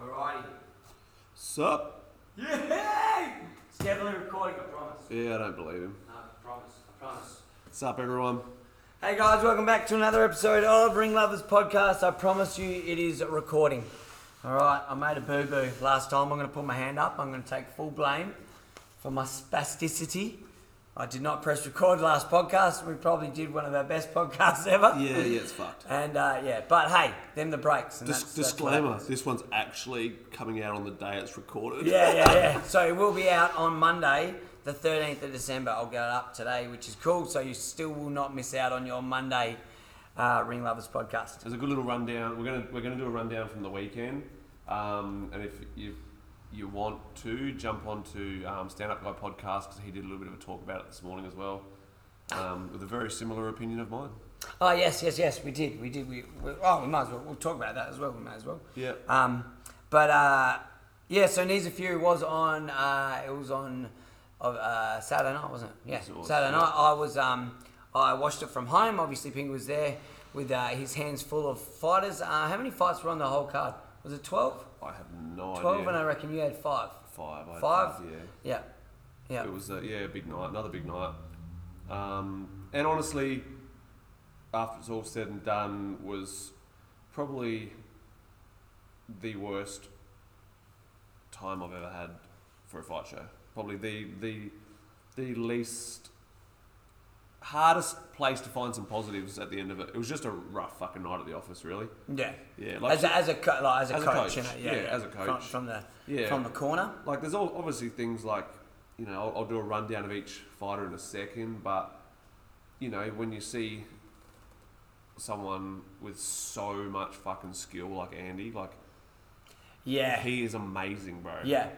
Alrighty. Sup? Yay! It's definitely recording, I promise. Yeah, I don't believe him. No, I promise, I promise. What's up, everyone? Hey guys, welcome back to another episode of Ring Lovers Podcast. I promise you it is recording. Alright, I made a boo boo last time. I'm going to put my hand up. I'm going to take full blame for my spasticity. I did not press record last podcast. We probably did one of our best podcasts ever. Yeah, yeah, it's fucked. And uh, yeah, but hey, them the breaks. And Dis- that's- that's what disclaimer happens. this one's actually coming out on the day it's recorded. Yeah, yeah, yeah. So it will be out on Monday, the 13th of December. I'll get it up today, which is cool. So you still will not miss out on your Monday uh, Ring Lovers podcast. There's a good little rundown. We're gonna we're gonna do a rundown from the weekend, um, and if you you want to jump onto um, Stand Up Guy podcast because he did a little bit of a talk about it this morning as well, um, with a very similar opinion of mine. Oh, yes, yes, yes. We did. We did. We, we, oh, we might as well. We'll talk about that as well. We may as well. Yeah. Um, but uh, yeah, so Nisa Fury was on. Uh, it was on of uh, Saturday night, wasn't it? Yeah, Yes, it was, Saturday yeah. night. I was. Um, I watched it from home. Obviously, Ping was there with uh, his hands full of fighters. Uh, how many fights were on the whole card? Was it twelve? I have no Twelve, idea. and I reckon you had five. Five. I had Five. yeah. Yeah. Yeah. It was a, yeah, a big night, another big night. Um, and honestly, after it's all said and done, was probably the worst time I've ever had for a fight show. Probably the the the least hardest place to find some positives at the end of it. It was just a rough fucking night at the office, really. Yeah. Yeah, As a, as a, co- like, as a As a coach, coach, you know, yeah, yeah, as a from, coach. from the Yeah. from the corner. like there's all, obviously things like you know I'll, I'll do a rundown of each fighter in a second but you know when you see someone with so much fucking skill like andy like Yeah, he is amazing bro Yeah.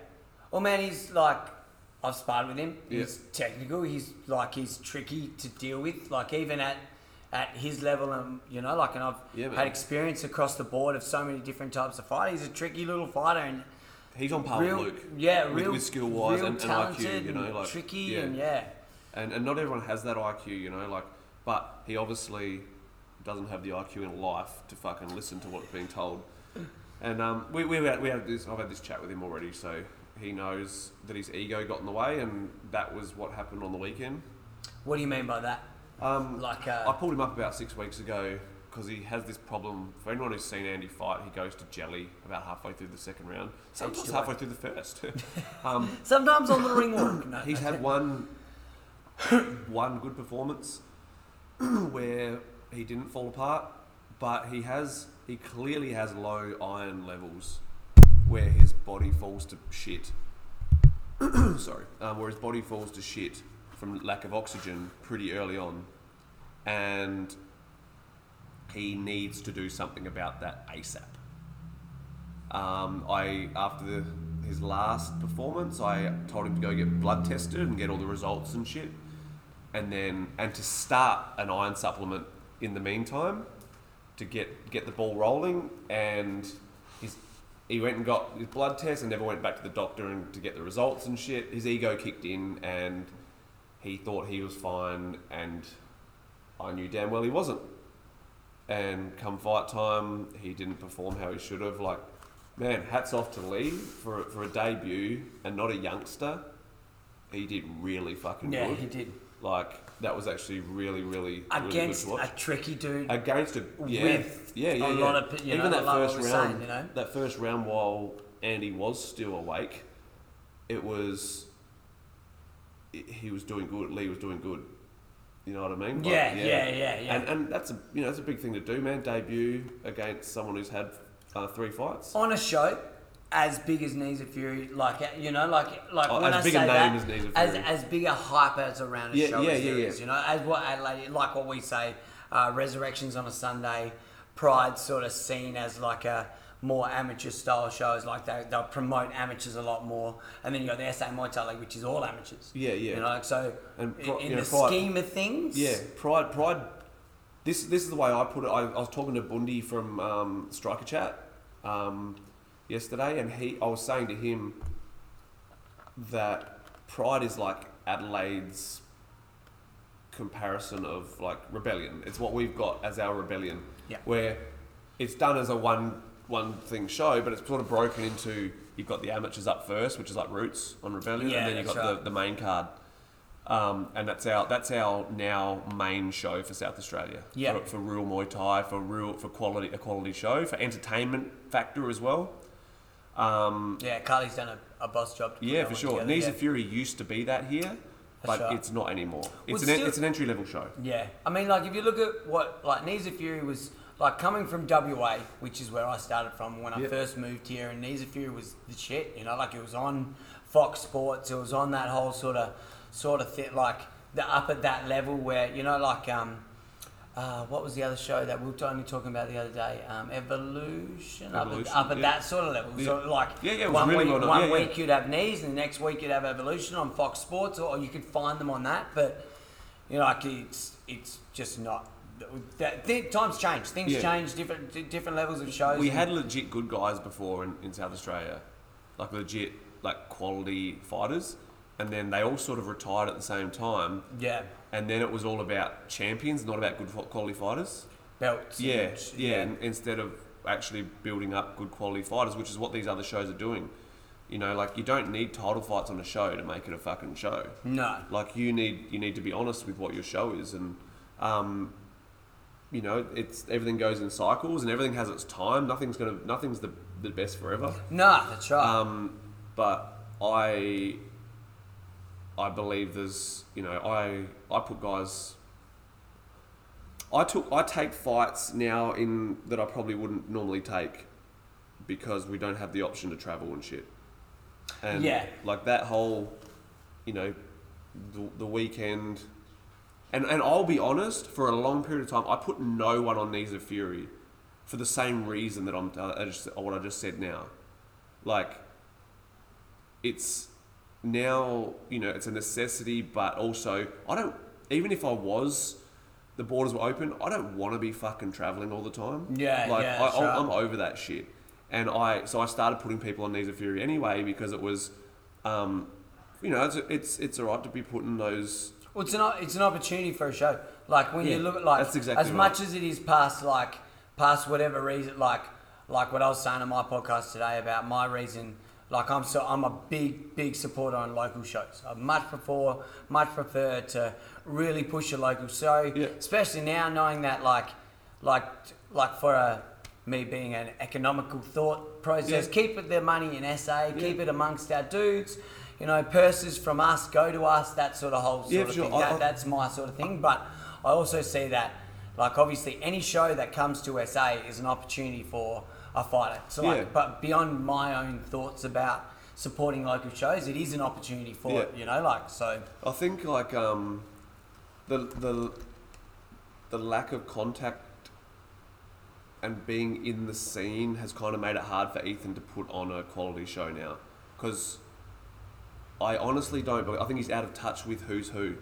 Well, man, he's like, I've sparred with him. Yeah. He's technical. He's like, he's tricky to deal with. Like, even at at his level, and you know, like, and I've Yeah, man. had experience across the board of so many different types of fighter. He's a tricky little fighter, and he's on par real, with luke yeah, Oh, with, real with skill wise real and, and talented iq you know and like tricky, and yeah, and, and not everyone has that iq you know like but he obviously doesn't have the iq in life to fucking listen to what's being told And um, we, we, had, we had this, I've had this chat with him already, so he knows that his ego got in the way, and that was what happened on the weekend. What do you mean by that? Um, Like, I uh, pulled him up about six weeks ago because he has this problem. For anyone who's seen Andy fight, he goes to jelly about halfway through the second round, sometimes Actually. halfway through the first. um, sometimes on the ring walk. No, he's no. had one, one good performance where he didn't fall apart, but he has he clearly has low iron levels where his body falls to shit. Sorry, um, where his body falls to shit from lack of oxygen pretty early on, and he needs to do something about that ASAP. Um, I after the, his last performance, I told him to go get blood tested and get all the results and shit, and then and to start an iron supplement in the meantime to get get the ball rolling. And his, he went and got his blood test and never went back to the doctor and to get the results and shit. His ego kicked in and he thought he was fine, and I knew damn well he wasn't. And come fight time, he didn't perform how he should have. Like, man, hats off to Lee for, for a debut and not a youngster. He did really fucking yeah, good. he did Like, that was actually really, really, really good against to watch a tricky dude. against a yeah, With yeah, yeah, a yeah. lot of pe- you even know, that like what first we're round, saying, you know? that first round while Andy was still awake, it was i he was doing good. Lee was doing good. You know what I mean? Like, Yeah, yeah, yeah, yeah. And and that's a you know that's a big thing to do, man. Debut against someone who's had uh, three fights. on a show as big as Knees of Fury, like you know, like like Oh, when as I big a say name that, as Knees of as Fury. as big a hype as around a Yeah, show yeah, as there yeah, is, yeah. you know, as what uh, Adelaide, like what we say, uh, resurrections on a Sunday, pride sort of seen as like a more amateur style shows. Like they they'll promote amateurs a lot more, and then you got the SA Muay Thai League, which is all amateurs. Yeah, yeah. You know, like so And in- pro- in you know, the pri- scheme of things, Yeah, pride, pride. This this is the way I put it. I, I was talking to Bundy from um, Striker Chat um, yesterday, and he I was saying to him that pride is like Adelaide's comparison of like rebellion. It's what we've got as our rebellion, Yeah. where it's done as a one one thing show, but it's sort of broken into you've got the amateurs up first, which is like Roots on Rebellion, Yeah, and then you've that's got right. the, the main card. Um, and that's our that's our now main show for South Australia. Yeah. For, for real Muay Thai, for real for quality a quality show, for entertainment factor as well. Um, yeah. Carly's done a, a boss job. To put yeah, that for one sure. together, Knees yeah. of Fury used to be that here, but right. it's not anymore. Well, It's an still- it's an entry level show. Yeah, I mean, like if you look at what like Knees of Fury was like coming from WA, which is where I started from when I Yeah. first moved here, and Knees of Fury was the shit. You know, like it was on Fox Sports, it was on that whole sort of sort of thing, like the up at that level where you know, like um. Uh, what was the other show that we were only talking about the other day? Um, Evolution, up at, Evolution, up at yeah. that sort of level. So Yeah. like Yeah, yeah, it was one really week, well done. one Yeah, yeah. week you'd have knees, and the next week you'd have Evolution on Fox Sports, or, or you could find them on that. But you know, like it's it's just not. That, th- times change, things Yeah. change, different di- different levels of shows. We and- had legit good guys before in, in South Australia, like legit like quality fighters, and then they all sort of retired at the same time. yeah and then it was all about champions, not about good fo- quality fighters. belts. and Yeah, sh- yeah. and Instead of actually building up good quality fighters, which is what these other shows are doing. You know, like you don't need title fights on a show to make it a fucking show. No. Like you need you need to be honest with what your show is, and um, you know, it's everything goes in cycles, and everything has its time. Nothing's gonna nothing's the the best forever. No, that's right. Um, but I, I believe there's, you know, I I put guys. I took I take fights now in that I probably wouldn't normally take, because we don't have the option to travel and shit. And Yeah. like that whole, you know, the, the weekend. And, and I'll be honest, for a long period of time, I put no one on Knees of Fury for the same reason that I'm uh, I just, what I just said now. Like, it's now, you know, it's a necessity, but also, I don't, even if I was, the borders were open, I don't want to be fucking traveling all the time. Yeah, Like, yeah, I, sure. I'm, I'm over that shit. And I, so I started putting people on Knees of Fury anyway because it was, um, you know, it's, it's, it's all right to be putting those Well, it's an o- it's an opportunity for a show. Like when you Yeah, look at like that's exactly as right. much as it is past like past whatever reason like like what I was saying on my podcast today about my reason. Like I'm so I'm a big big supporter on local shows. I much prefer much prefer to really push a local show, Yeah. especially now knowing that like like like for a me being an economical thought process, Yeah. keep their money in SA, keep it amongst our dudes. You know, purses from us go to us. That sort of whole sort Yeah, of for sure. thing. I- That- I- that's my sort of thing. But I also see that, like, obviously, any show that comes to SA is an opportunity for a fighter. So, like, Yeah. but beyond my own thoughts about supporting local shows, it is an opportunity for it. Yeah. You know, like, so I think like um, the the the lack of contact and being in the scene has kind of made it hard for Ethan to put on a quality show now because I honestly don't. believe I think he's out of touch with who's who,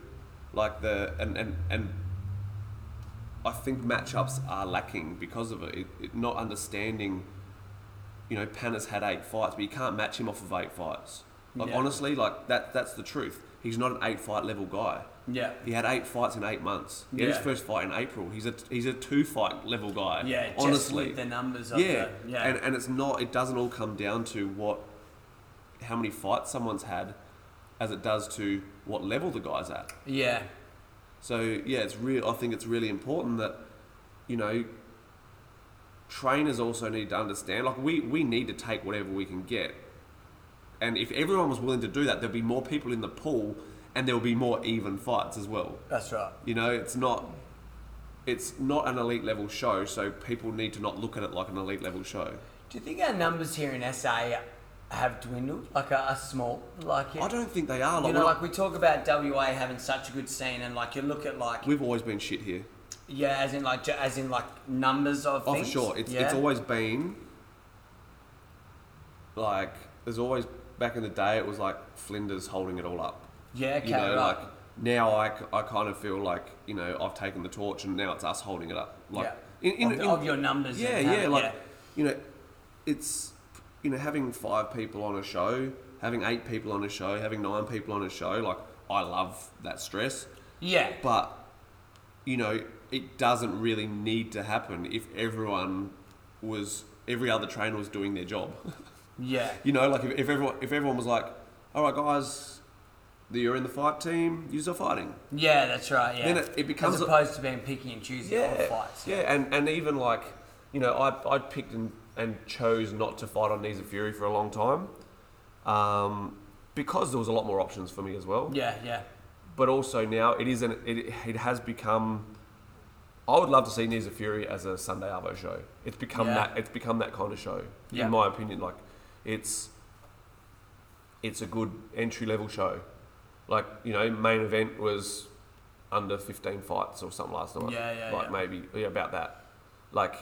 like the and and and. I think matchups are lacking because of it. it, it not understanding, you know, Panna's had eight fights, but you can't match him off of eight fights. Like Yeah. honestly, like that that's the truth. He's not an eight fight level guy. yeah, He had eight fights in eight months. He had Yeah. his first fight in April. He's a he's a two fight level guy. yeah, just honestly, with the numbers, of yeah, the, yeah, And and it's not. It doesn't all come down to what, how many fights someone's had, as it does to what level the guy's at. yeah. So yeah, it's real. I think it's really important that, you know. Trainers also need to understand. Like we we need to take whatever we can get, and if everyone was willing to do that, there'd be more people in the pool, and there will be more even fights as well. That's right. You know, it's not. It's not an elite level show, so people need to not look at it like an elite level show. Do you think our numbers here in SA have dwindled? Like, are, are small? Like, I don't think they are. Like, You know, we're- like we talk about WA having such a good scene, and like you look at like we've always been shit here. Yeah, as in like ju- as in like numbers of Oh, things. for sure. It's, yeah. it's always been like there's always back in the day it was like Flinders holding it all up. Yeah, okay, you know, right. like now I, c- I kind of feel like you know I've taken the torch and now it's us holding it up. Like Yeah. Of- of your numbers Yeah, and yeah, having- like yeah. you know, it's you know having five people on a show, having eight people on a show, having nine people on a show. Like I love that stress, yeah. but you know it doesn't really need to happen if everyone was every other trainer was doing their job. Yeah. You know, like if, if everyone if everyone was like, all right, guys, you're in the fight team, you're fighting. Yeah, that's right. Yeah. Then it- it becomes as a- opposed to being picky and choosy yeah, on fights. Yeah, and, and even like, you know, I, I picked and, and chose not to fight on Knees of Fury for a long time um, because there was a lot more options for me as well. Yeah, yeah. But also now it is an, it, it has become. I would love to see Knees of Fury as a Sunday Arvo show. It's become Yeah. that. It's become that kind of show, Yeah. in my opinion. Like, it's it's a good entry level show. Like you know, main event was under fifteen fights or something last night. Yeah, yeah, Like yeah. maybe yeah, about that. Like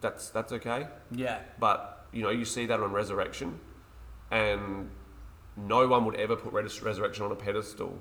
that's that's okay. Yeah. But you know, you see that on Resurrection, and no one would ever put Res- Resurrection on a pedestal.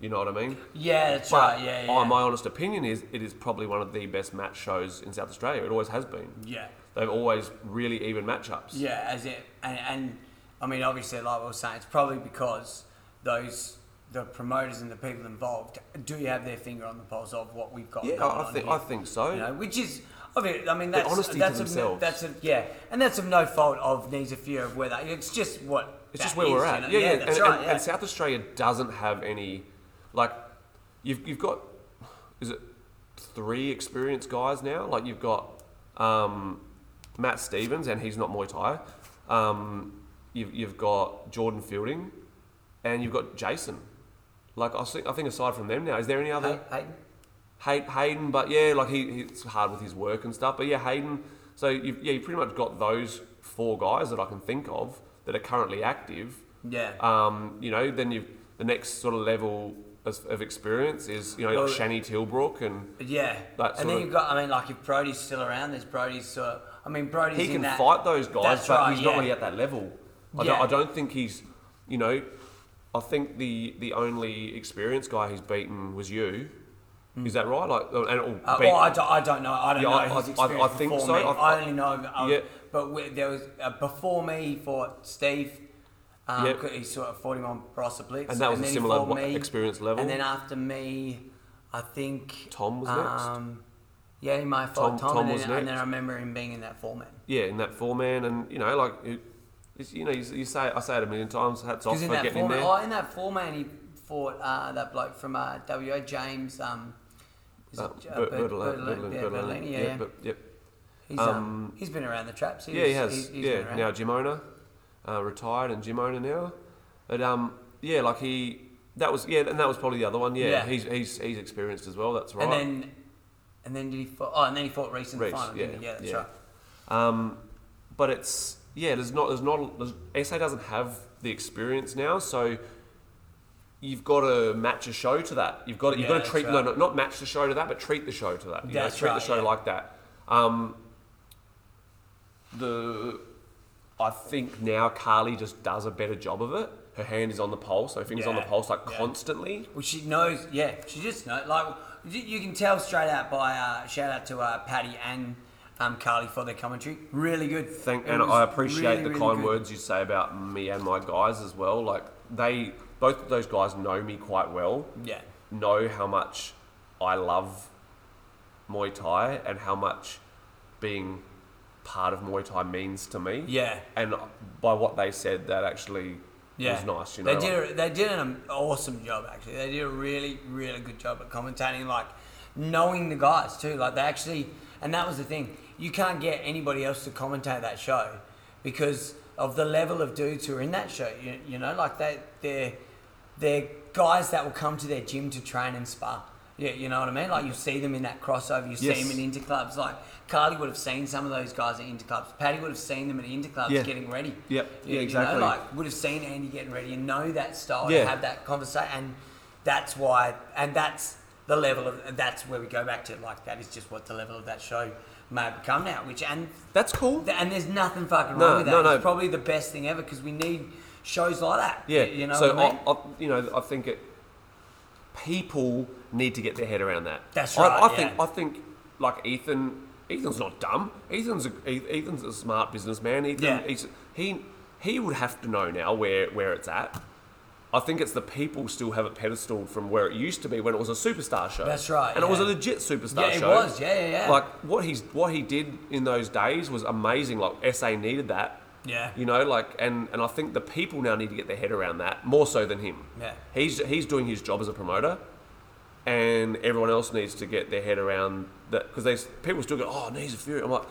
You know what I mean? Yeah, that's right. Yeah, yeah. oh, my honest opinion is it is probably one of the best match shows in South Australia. It always has been. yeah. They've always really even matchups. Yeah, as it and, and I mean obviously like we were saying, it's probably because those the promoters and the people involved do have their finger on the pulse of what we've got. Yeah, going I on think here. I think so. You know, which is I mean, I mean that's honesty to that's of, no- themselves. that's of, yeah, and that's of no fault of needs a fear of whether it's just what It's just that where we're is, at. You know? Yeah, yeah. that's and, right. and, yeah. and South Australia doesn't have any, like, you've, you've got, is it three experienced guys now? Like, you've got um, Matt Stevens, and he's not Muay Thai. Um, you've, you've got Jordan Fielding, and you've got Jason. Like, I think, I think aside from them now, is there any other? Hey- hey, Hay- Hayden, but yeah, like he, he- it's hard with his work and stuff. But yeah, Hayden. So you've, yeah, you pretty much got those four guys that I can think of that are currently active. Yeah. Um, you know, then you the next sort of level of, of experience is you know Well- like Shani Tilbrook and Yeah, That and sort then of- you've got. I mean, like if Brody's still around, there's Brody's. So I mean, Brody's. he in can that- fight those guys, That's but right, he's yeah. not really at that level. I, Yeah. don't, I don't think he's you know. I think the the only experienced guy he's beaten was you. Is that right? Like, oh, and or Hmm. Uh, beat- well, I don't, I don't know. I don't Yeah, know I- his I- I- I experience think before so. me. I've- I only know. I was- Yeah. But we, there was uh, before me he fought Steve. Um, Yeah. 'cause He sort of fought him on Brossa Blitz, And that was a then he similar fought wa- experience level. And then after me, I think Tom was next. um, Yeah, he might fight Tom. Tom- Tom and, was then, and then next. I remember him being in that format. yeah, in that four man, and you know, like, it, it's, you know, you, you say, I say it a million times, hats off Because for in that getting in format, there. oh, in that format, he fought uh, that bloke from uh, WA James. Um, is it, Uh, J- uh, Ber- Ber- Bertolini- Bertolini, Bertolini, yeah, Bertolini, Bertolini, yeah, yeah, yeah. but- yep. He's um, he's been around the traps. He's, Yeah, he has. He's, he's been yeah, around. now gym owner, uh, retired and gym owner now, but um, yeah, like he, that was yeah, and that was probably the other one. Yeah, Yeah. he's he's he's experienced as well. That's right. and then and then did he fought? Oh, and then he fought Reese in the Reece, final. Yeah, yeah, yeah, that's yeah. right. Um, but it's yeah, there's not there's not there's, SA doesn't have the experience now, so you've got to match a show to that. You've got to, you've Yeah, got to treat that's no, right. no not match the show to that, but treat the show to that. You know, That's treat right, the show yeah. like that. Um, the I think now Carly just does a better job of it. Her hand is on the pulse, so fingers on the Yeah, pulse like yeah. constantly. Well, she knows. Yeah, she just knows. Like you, you can tell straight out by uh, shout out to uh, Patty and um, Carly for their commentary. Really good. Thank, It and was I appreciate really, the really kind good. words you say about me and my guys as well. Like they, both of those guys know me quite well, Yeah, know how much I love Muay Thai and how much being part of Muay Thai means to me. yeah. And by what they said, that actually Yeah, was nice. You know, they like- did. a, they did an awesome job. Actually, they did a really, really good job at commentating, like knowing the guys too. Like they actually, and that was the thing. You can't get anybody else to commentate that show because of the level of dudes who are in that show. You, you know, like they, they're they're guys that will come to their gym to train and spa. Yeah, you know what I mean. Like you see them in that crossover. You see Yes. them in interclubs. Like Carly would have seen some of those guys at interclubs. Patty would have seen them at interclubs Yeah. getting ready. Yep. You- Yeah, you know, exactly. like, would have seen Andy getting ready and know that style Yeah. and have that conversation. And that's why, and that's the level of, and that's where we go back to. Like, that is just what the level of that show may become now. Which and That's cool. th- and there's nothing fucking No, wrong with that. no, no. It's probably the best thing ever because we need shows like that. Yeah. you know. So what I mean? I, I, you know, I think it. People need to get their head around that. That's I, right, I think yeah. I think like Ethan. Ethan's not dumb. Ethan's a, E- Ethan's a smart businessman. Ethan, Yeah. he's, he he would have to know now where where it's at. I think it's the people still have it pedestaled from where it used to be when it was a superstar show. That's right, And it was a yeah. legit superstar Yeah, it show. was. Yeah, yeah, yeah. Like what he's what he did in those days was amazing. Like SA needed that. Yeah. You know, like and and I think the people now need to get their head around that more so than him. Yeah. He's he's doing his job as a promoter, and everyone else needs to get their head around that because they s- people still go, oh, Knees of Fury. I'm like,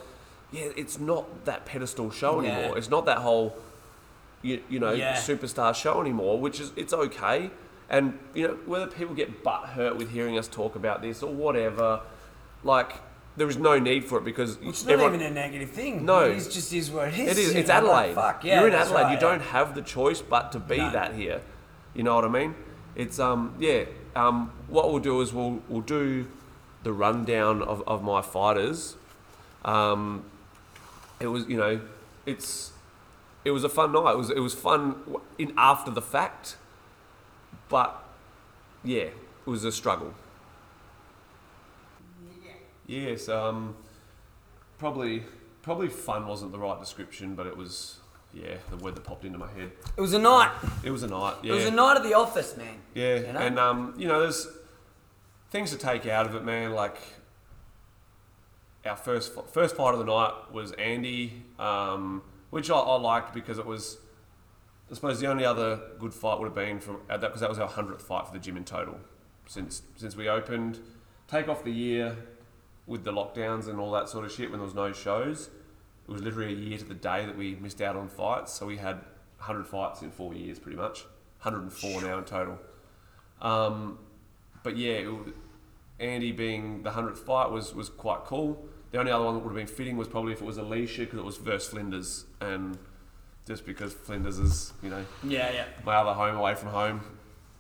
yeah, it's not that pedestal show Yeah. anymore. It's not that whole, you, you know, Yeah. superstar show anymore. Which is it's okay. And you know whether people get butt hurt with hearing us talk about this or whatever, like there is no need for it because it's not everyone- even a negative thing. No. it is just is what it is. it is. you It's know, Adelaide. Like, fuck yeah, You're in that's Adelaide. right, you don't have the choice but to be No. that here. You know what I mean? It's um yeah. Um, what we'll do is we'll we'll do the rundown of, of my fighters. Um, it was you know, it's it was a fun night. It was it was fun w- in after the fact, but yeah, it was a struggle. Yes. Um, probably probably fun wasn't the right description, but it was yeah the word that popped into my head. yeah. It was a night. It was a night. Yeah. It was a night at the office, man. Yeah, you know? and um, you know, there's things to take out of it, man. Like our first fi- first fight of the night was Andy, um, which I, I liked because it was, I suppose, the only other good fight would have been from uh, that because that was our hundredth fight for the gym in total since since we opened. Take off the year with the lockdowns and all that sort of shit when there was no shows. It was literally a year to the day that we missed out on fights, so we had 100 fights in four years, pretty much. 104 now in total. Um, but yeah, it wa- Andy being the hundredth fight was was quite cool. The only other one that would have been fitting was probably if it was Alicia because it was versus Flinders, and just because Flinders is you know yeah, yeah. my other home away from home,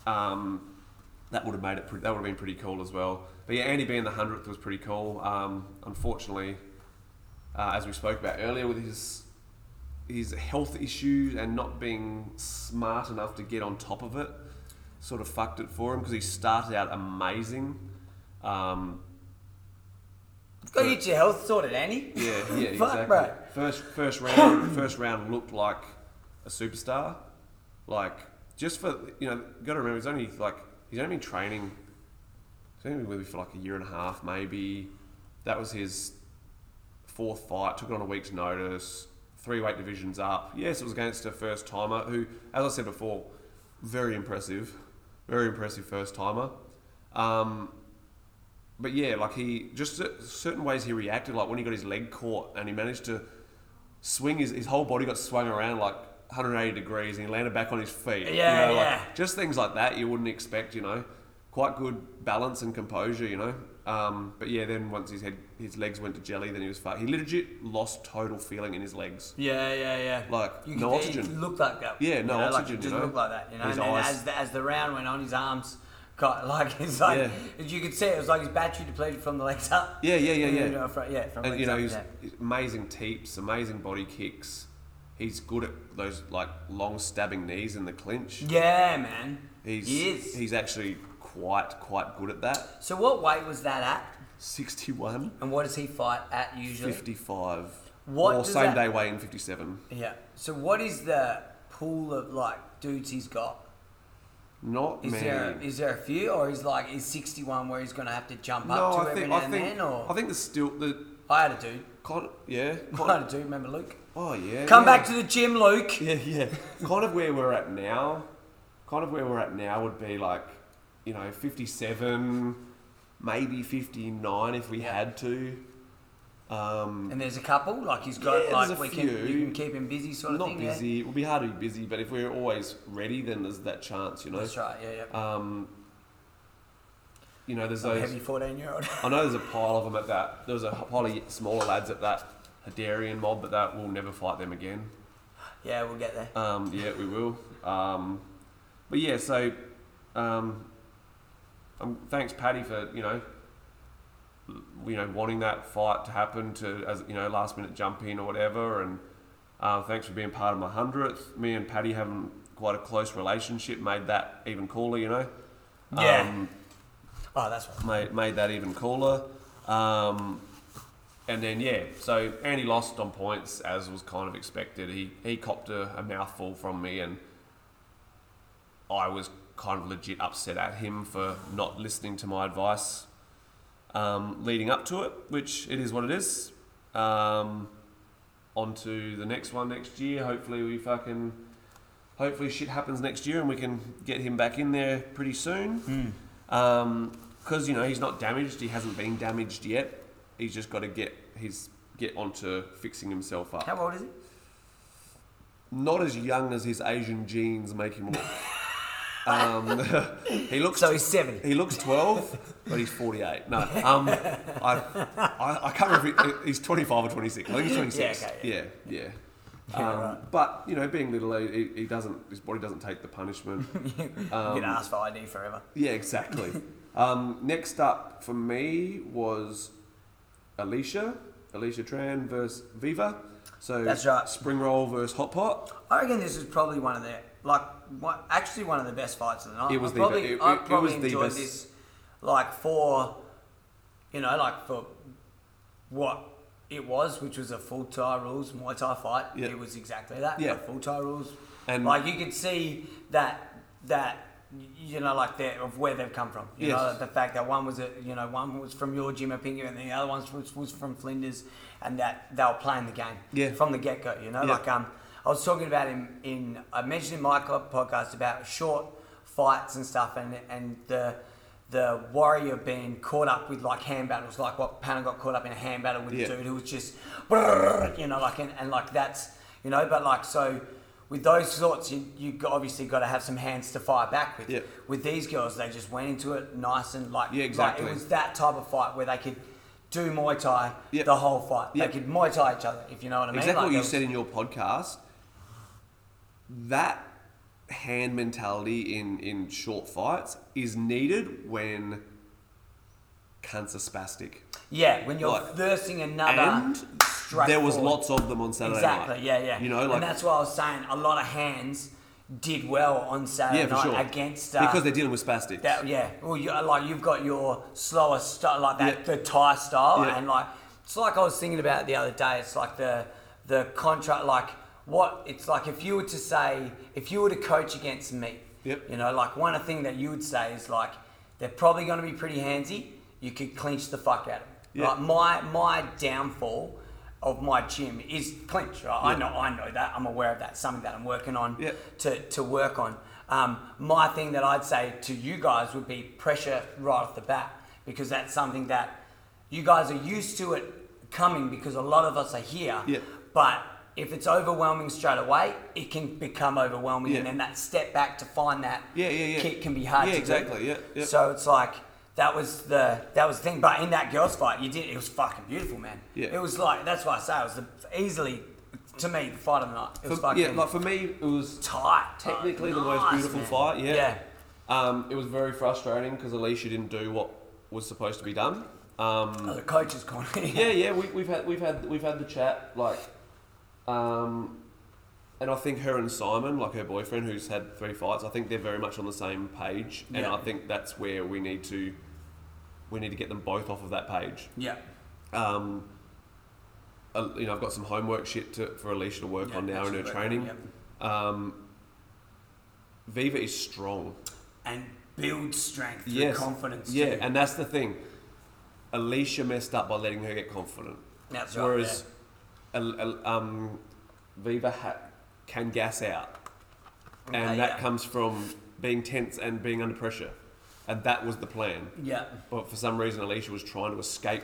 um, that would have made it. Pre- that would have been pretty cool as well. But yeah, Andy being the hundredth was pretty cool. Um, unfortunately, uh, as we spoke about earlier, with his his health issues and not being smart enough to get on top of it, sort of fucked it for him because he started out amazing. Um, Got to get your health sorted, Annie. yeah, yeah, Fuck, exactly. bro. First, first round, first round looked like a superstar. Like just for you know, got to remember, he's only like he's only been training. He's only been with me for like a year and a half, maybe. That was his fourth fight. Took it on a week's notice. Three weight divisions up. Yes, it was against a first timer who, as I said before, very impressive, very impressive first timer. Um, but yeah, like he just cer- certain ways he reacted, like when he got his leg caught and he managed to swing his, his whole body got swung around like 180 degrees and he landed back on his feet. you Yeah, know, like, yeah. just things like that you wouldn't expect, you know. Quite good balance and composure, you know. Um, but yeah, then once his head, his legs went to jelly, then he was fucked. He legit lost total feeling in his legs. Yeah, yeah, yeah. Like, you no could- it oxygen. Looked like that. Yeah, no you know, Like oxygen, it you just know? looked like that. You know, His and then eyes- as the, as the round went on, his arms got like it's like Yeah. you could see it was like his battery depleted from the legs up. Yeah, yeah, yeah, You yeah. know, from, yeah, from and legs you know up, he's yeah. he's amazing teeps, amazing body kicks. He's good at those like long stabbing knees in the clinch. Yeah, man. He's he is. he's actually quite quite good at that. so what weight was that at, 61, and what does he fight at usually? 55. What or does same that- day weigh in 57. Yeah. So what is the pool of like dudes he's got? Not Is many. there is there a few, or is like is sixty one where he's gonna have to jump no, up to I every think now I and think then, or I think the still the I had a dude. kind yeah. I had Kind a dude. Remember Luke? oh yeah. Come yeah. back to the gym, Luke. Yeah, yeah. kind of where we're at now, kind of where we're at now would be like, you know, 57, maybe 59 if we Yeah. had to. Um, And there's a couple like he's got Yeah, like there's a we can you few. can keep him busy sort of not thing. yeah? busy. It would be hard to be busy, but if we're always ready, then there's that chance, you know. That's right. Yeah, yeah. Um, you know, there's I'm a those. heavy fourteen year old. I know there's a pile of them at that. There was a pile of smaller lads at that Hadarian mob, but that we'll never fight them again. yeah, we'll get there. Um, yeah, we will. Um, but yeah, so um, um, thanks, Paddy, for you know you know, wanting that fight to happen to, as you know, last minute jump in or whatever. And uh, thanks for being part of my hundredth. Me and Paddy having quite a close relationship made that even cooler. You know, Yeah. Oh, that's right. made, made that even cooler. Um, and then yeah, so Andy lost on points as was kind of expected. He he copped a, a mouthful from me, and I was kind of legit upset at him for not listening to my advice um, leading up to it, which it is what it is. Um, on to the next one next year. Hopefully we fucking hopefully shit happens next year and we can get him back in there pretty soon because you know he's not damaged. He hasn't been damaged yet. He's just got to get his get onto fixing himself up. How old is he? Not as young as his Asian genes make him look. um, he looks So he's 70. he looks twelve, but he's forty-eight. No, um, I, I, I can't remember. If he, he's twenty-five or twenty-six. I think he's twenty-six. Yeah, okay, yeah, yeah. Yeah, um, right. But you know, being little, he, he- he doesn't. His body doesn't take the punishment. Um, you can ask for ID forever. Yeah, exactly. um, next up for me was Alicia, Alicia Tran versus Viva. So That's right. Spring roll versus hot pot. I reckon this is probably one of the like one, actually one of the best fights of the night. It was I the probably, be- it- I it- it probably was the enjoyed best. this like for you know like for what it was, which was a full tie rules Muay Thai fight. Yeah. It was exactly that. Yeah. a full tie rules. And- like you could see that that you know like that of where they've come from. You Yes. know the fact that one was a you know one was from your gym at Pingu and the other one was, was from Flinders, and that they were playing the game Yeah. from the get go. You know Yeah. like um. I was talking about him in I mentioned in my club podcast about short fights and stuff and and the the warrior being caught up with like hand battles, like what Panna got caught up in a hand battle with Yeah. a dude who was just you know, like and, and like that's you know, but like so with those sorts you you g- obviously gotta have some hands to fire back with. Yeah. With these girls they just went into it nice and like, Yeah, exactly. like it was that type of fight where they could do Muay Thai Yeah. the whole fight. Yeah. They could Muay Thai each other, if you know what I mean. Exactly Like, um, what there you was- said in your podcast. That hand mentality in in short fights is needed when cunts are spastic. Yeah, when you're Like- thirsting another. And there was straightforward- lots of them on Saturday Exactly. night. Yeah, yeah. You know, like and that's why I was saying a lot of hands did well on Saturday yeah, for night sure. against uh, because they're dealing with spastics. that, yeah. Well, you, like you've got your slower style, like that Yeah. the Thai style, Yeah. and like it's like I was thinking about the other day. It's like the the contract, like what it's like if you were to say if you were to coach against me, Yep. you know, like one thing that you would say is like they're probably going to be pretty handsy. You could clinch the fuck out of them. Yeah. Like my my downfall of my gym is clinch. Right? I know I know that. I'm aware of that. Something that I'm working on Yeah. to, to work on. Um, my thing that I'd say to you guys would be pressure right off the bat because that's something that you guys are used to it coming because a lot of us are here. Yeah. But if it's overwhelming straight away, it can become overwhelming, and Yeah. then that step back to find that Yeah, yeah, yeah. kick can be hard. Yeah, to do. exactly, yeah, yeah. So it's like that was the that was the thing. But in that girls' fight, you did it was fucking beautiful, man. Yeah. It was like that's why I say it was the, easily to me the fight of the night. It was For, fucking yeah, like for me, it was tight. technically Oh, the most nice, beautiful man. fight. Yeah. Yeah. Um, it was very frustrating because Alicia didn't do what was supposed to be done. Um, Oh, the coach is calling. yeah, yeah, we, we've had we've had we've had the chat like, um, and I think her and Simon, like her boyfriend, who's had three fights, I think they're very much on the same page, and Yeah. I think that's where we need to we need to get them both off of that page. Yeah. Um, uh, you know, I've got some homework shit to, for Alicia to work Yeah, on now in her absolutely. training. Yep. Um, Viva is strong. And build strength through Yes. confidence. Yeah, too. and that's the thing. Alicia messed up by letting her get confident. That's right, Whereas, Al- Al- um, Viva ha- can gas out, and Yeah, that Ah, yeah. comes from being tense and being under pressure, and that was the plan. yeah. But for some reason, Alicia was trying to escape,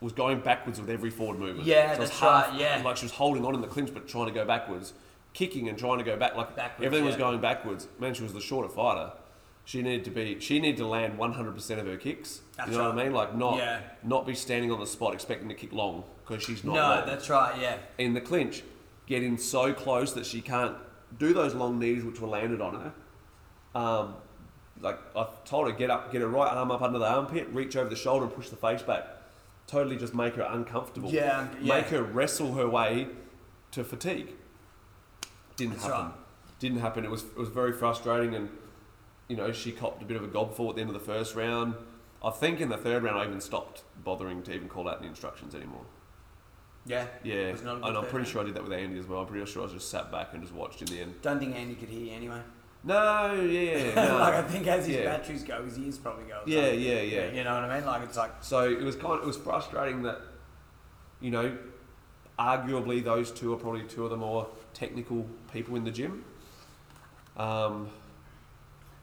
was going backwards with every forward movement. Yeah, it was that's right, yeah. Like she was holding on in the clinch, but trying to go backwards, kicking and trying to go back. Like Backwards, everything was yeah. going backwards. Man, she was the shorter fighter. She needed to be. She needed to land 100% of her kicks. That's you know what I right. mean? Like not Yeah. not be standing on the spot expecting to kick long because she's not. No, long. that's right. Yeah. in the clinch, getting so close that she can't do those long knees which were landed on her. Um, like I told her, get up, get her right arm up under the armpit, reach over the shoulder, and push the face back. totally just make her uncomfortable. Yeah, um, yeah. Make her wrestle her way to fatigue. Didn't That's happen. right. Didn't happen. It was it was very frustrating, and you know she copped a bit of a gobful at the end of the first round. I think in the third round, I even stopped bothering to even call out the instructions anymore. Yeah. Yeah, Was not a and good I'm third pretty round. sure I did that with Andy as well. I'm pretty sure I just sat back and just watched in the end. Don't think Andy could hear you anyway. No, yeah, no. like I think as his Yeah. batteries go, his ears probably go. as yeah, well. yeah, yeah. You know what I mean? Like it's like So it was kind. Of, it was frustrating that, you know, arguably those two are probably two of the more technical people in the gym. Um,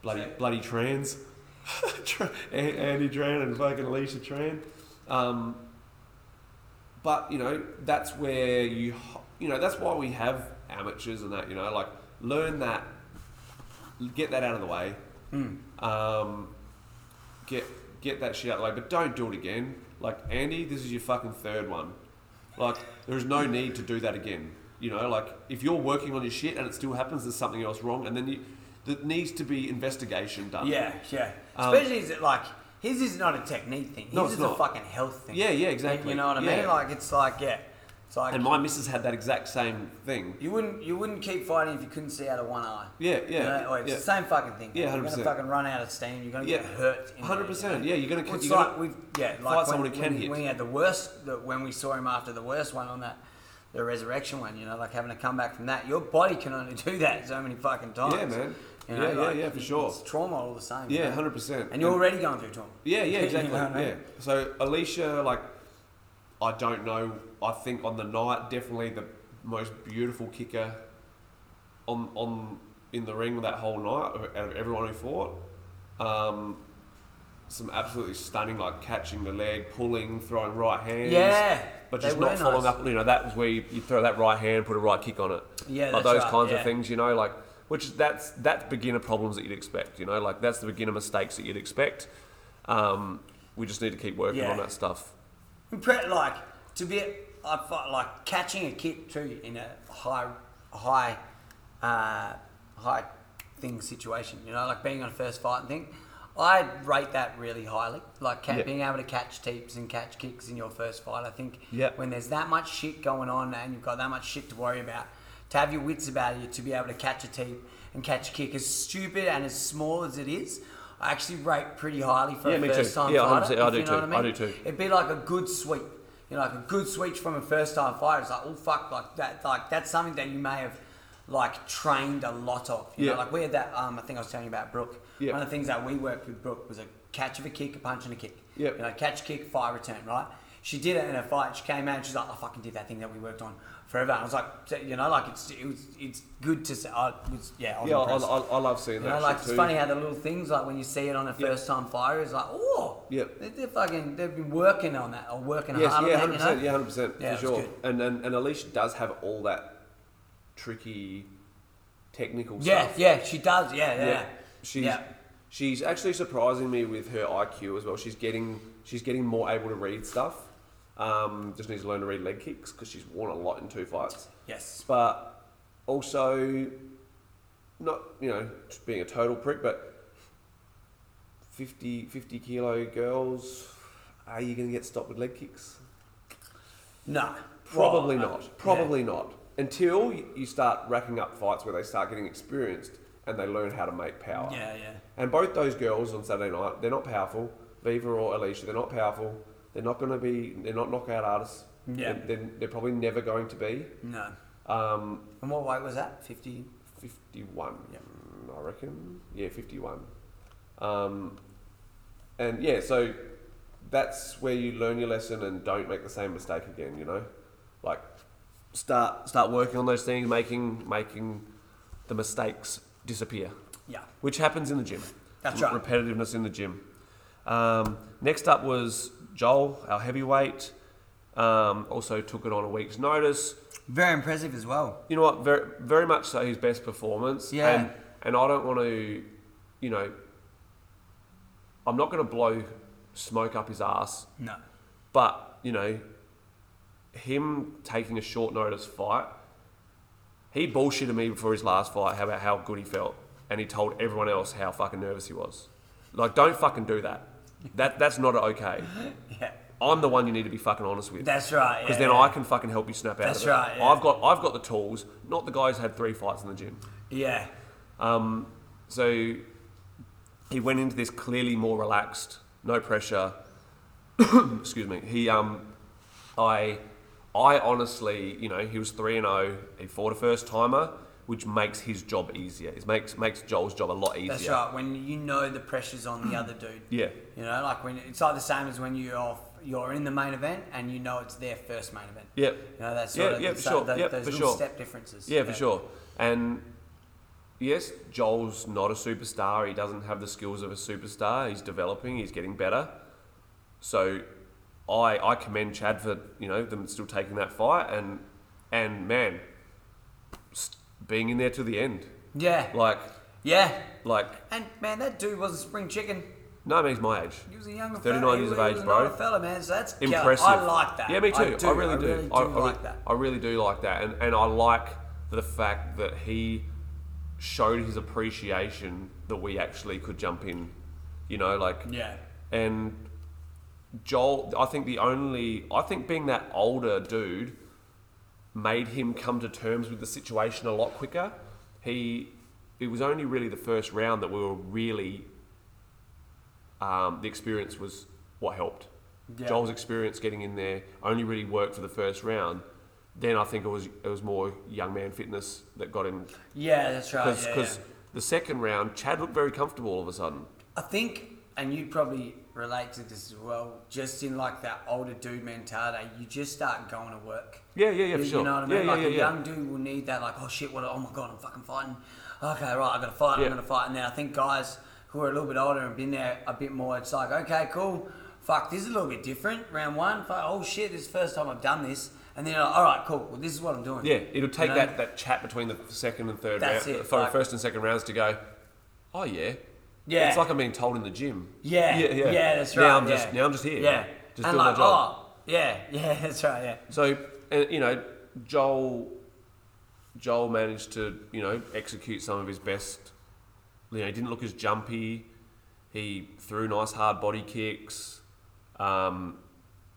bloody So- bloody Trans, Tra- An- Andy Tran and fucking Alicia Tran. Um, but you know that's where you h- you know that's why we have amateurs and that you know like learn that, get that out of the way. Um, get get that shit out of the way, but don't do it again. Like Andy, this is your fucking third one. Like there is no need to do that again. You know, like if you're working on your shit and it still happens, there's something else wrong, and then you, there needs to be investigation done. yeah, yeah. Um, Especially is it like his is not a technique thing. His No, it's is a not. fucking health thing. Yeah, yeah, exactly. You know what I Yeah. mean? Like it's like yeah, it's like And my missus had that exact same thing. you wouldn't you wouldn't keep fighting if you couldn't see out of one eye. Yeah, yeah, You know, or it's yeah. the same fucking thing. Yeah, You're 100%. gonna fucking run out of steam. You're gonna Yeah, get hurt. in hundred there, you percent. know? Yeah, you're gonna. Well, It's it's you're like gonna we've yeah, fight like when, someone who can when, hit. when he had the worst the, when we saw him after the worst one on that the resurrection one, you know, like having to come back from that. Your body can only do that so many fucking times. Yeah, man. You know, Yeah, yeah, like, yeah, for sure. It's trauma all the same. you yeah, know? hundred percent. And you're already going through trauma. Yeah, yeah, You exactly. know what I mean? yeah. So Alicia, like, I don't know. I think on the night, definitely the most beautiful kicker on on in the ring that whole night out of everyone who fought. Um, some absolutely stunning, like catching the leg, pulling, throwing right hands. Yeah, But they just were not following nice. up. You know, that was where you, you throw that right hand, put a right kick on it. Yeah, like that's those right, kinds yeah. of things. You know, like which is that's that's beginner problems that you'd expect. You know, like that's the beginner mistakes that you'd expect. Um, we just need to keep working Yeah. on that stuff. Impre- like to be I fi- like catching a kick too in a high high uh, high thing situation. You know, like being on a first fight and thing. I rate that really highly. Like ca- Yeah. being able to catch teeps and catch kicks in your first fight. I think Yeah. when there's that much shit going on and you've got that much shit to worry about, to have your wits about you, to be able to catch a teep and catch a kick, as stupid and as small as it is, I actually rate pretty highly for Yeah, a me too. first time Yeah, fighter. 100%. I if do you know too. what I, I mean? do too. It'd be like a good sweep. You know, like a good sweep from a first time fighter. It's like, oh fuck, like that like that's something that you may have like trained a lot of. You know, Yeah. like we had that um I think I was telling you about Brooke. Yeah. One of the things that we worked with Brooke was a catch of a kick, a punch and a kick. Yeah. You know, catch, kick, fire return, right? She did it in a fight. She came out and she's like, I fucking did that thing that we worked on forever. And I was like, you know, like it's it was it's good to say. I was yeah, I was Yeah, I, impressed. I, I love seeing You that. know, like shit it's too. funny how the little things, like when you see it on a Yeah. first time fire, it's like, oh, Yeah. they, they're fucking, they've been working on that or working Yes, hard yeah, on hundred that, you know? percent, yeah, hundred percent Yeah, for it's sure. good. And, and and Alicia does have all that tricky technical yeah, stuff. yeah, she does, yeah, yeah. yeah. She's yeah. she's actually surprising me with her IQ as well. She's getting she's getting more able to read stuff. Um, just needs to learn to read leg kicks because she's won a lot in two fights. Yes. But also, not you know just being a total prick, but 50, 50 kilo girls, are you going to get stopped with leg kicks? No. Probably Well, uh, not. Probably not. Until y- you start racking up fights where they start getting experienced and they learn how to make power. Yeah, yeah. And both those girls on Saturday night, they're not powerful. Viva or Alicia, they're not powerful. They're not going to be. They're not knockout artists. Yeah. They're, they're, they're probably never going to be. No. Um, And what weight was that? 50? fifty-one. Yeah. I reckon. Yeah, fifty-one. Um, and yeah, so that's where you learn your lesson and don't make the same mistake again. You know, like start start working on those things, making making the mistakes disappear Yeah. which happens in the gym. That's R- right. Repetitiveness in the gym. Um, next up was Joel, our heavyweight. Um, also took it on a week's notice. Very impressive as well. You know what? Very, very much so his best performance. Yeah. And, and I don't want to, you know, I'm not going to blow smoke up his ass, No. but, you know, him taking a short notice fight, he bullshitted me before his last fight how about how good he felt, and he told everyone else how fucking nervous he was. Like, don't fucking do that. That that's not okay. Yeah. I'm the one you need to be fucking honest with. That's right. Because yeah, then yeah. I can fucking help you snap out That's of it. right, yeah. I've got I've got the tools, not the guys who had three fights in the gym. Yeah. Um, so he went into this clearly more relaxed, no pressure. excuse me. He um, I I honestly, you know, he was three and zero. He fought a first timer, which makes his job easier. It makes makes Joel's job a lot easier. Hmm. That's right. When you know the pressure's on the other dude. Yeah. You know, like when it's like the same as when you're you're in the main event and you know it's their first main event. Yep. You know, that's Yeah, sort of yeah, the, for so- sure. tho- Yeah, those for little sure. step differences. Yeah, for sure. And yes, Joel's not a superstar. He doesn't have the skills of a superstar. He's developing. He's getting better. So I I commend Chad for you know them still taking that fight and and man, s- being in there to the end. Yeah. Like yeah. like And man, that dude was a spring chicken. no, I mean, he's my age. He was a younger 39 fella. He years was- of he age, was an bro. older fella, man. So that's killer. impressive. I like that. Yeah, me too. I, do. really do. I really do like that. I really do like that, and and I like the fact that he showed his appreciation that we actually could jump in. You know, like Yeah. and Joel, I think the only, I think being that older dude made him come to terms with the situation a lot quicker. He, it was only really the first round that we were really, um, the experience was what helped. Yeah. Joel's experience getting in there only really worked for the first round. Then I think it was it was more young man fitness that got him Yeah, that's right. because Oh, yeah, yeah. the second round Chad looked very comfortable all of a sudden. I think, and you probably relate to this as well, just in like that older dude mentality, you just start going to work. Yeah, yeah, yeah, you, for you sure. know what I mean? Yeah, yeah, like yeah, a yeah. young dude will need that, like, oh shit, what? Oh my god, I'm fucking fighting. Okay, right, I'm gonna fight. Yeah. I'm gonna fight. And then I think guys who are a little bit older and been there a bit more, it's like, okay, cool. Fuck, this is a little bit different. Round one, fuck, oh shit, this is the first time I've done this. And then you're like, all right, cool. Well, this is what I'm doing. Yeah, it'll take know? that, that chat between the second and third That's round, it, for like- first and second rounds to go. Oh yeah, Yeah. It's like I'm being told in the gym. Yeah, yeah, that's right. Now I'm yeah. just now I'm just here. Yeah, just and doing like, my job. oh, yeah, yeah, that's right. Yeah, So and, you know, Joel, Joel managed to you know execute some of his best. You know, he didn't look as jumpy. He threw nice hard body kicks, um,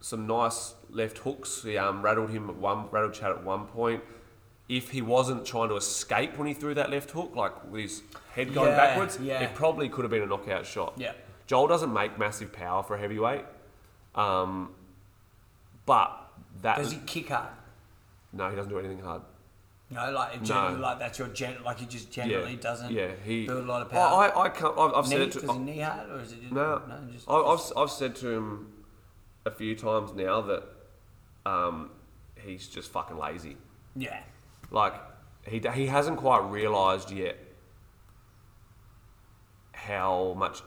some nice left hooks. He um, rattled him at one, rattled Chad at one point. If he wasn't trying to escape when he threw that left hook, like with his head going Yeah, backwards, yeah. it probably could have been a knockout shot. Yeah. Joel doesn't make massive power for a heavyweight, um, but that does he kick hard? no, he doesn't do anything hard. You know, like generally, like that's your gen, like he just Yeah, generally doesn't Yeah, he build a lot of I- power. I, I can't. I've, I've said knee, it does to he knee hard or is it just no. just, I, I've I've said to him a few times now that um, he's just fucking lazy. yeah, Like he d- he hasn't quite realised yet how much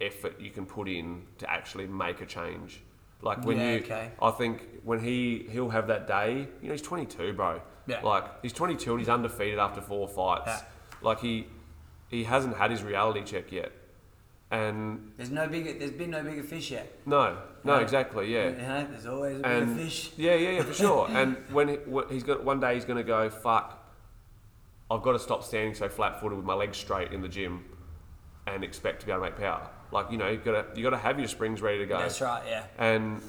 effort you can put in to actually make a change. Like when Yeah, you, okay. I think when he he'll have that day. You know, he's 22, bro. Yeah. Like he's 22 and he's undefeated after four fights. Yeah. Like he he hasn't had his reality check yet. And there's no bigger, there's been no bigger fish yet. no, no, Yeah. exactly, yeah. You know, there's always a bigger And fish. yeah, yeah, yeah, for sure. and when he, wh- he's got one day, he's going to go fuck. I've got to stop standing so flat-footed with my legs straight in the gym, and expect to be able to make power. Like you know, you got to you got to have your springs ready to go, That's right. Yeah, and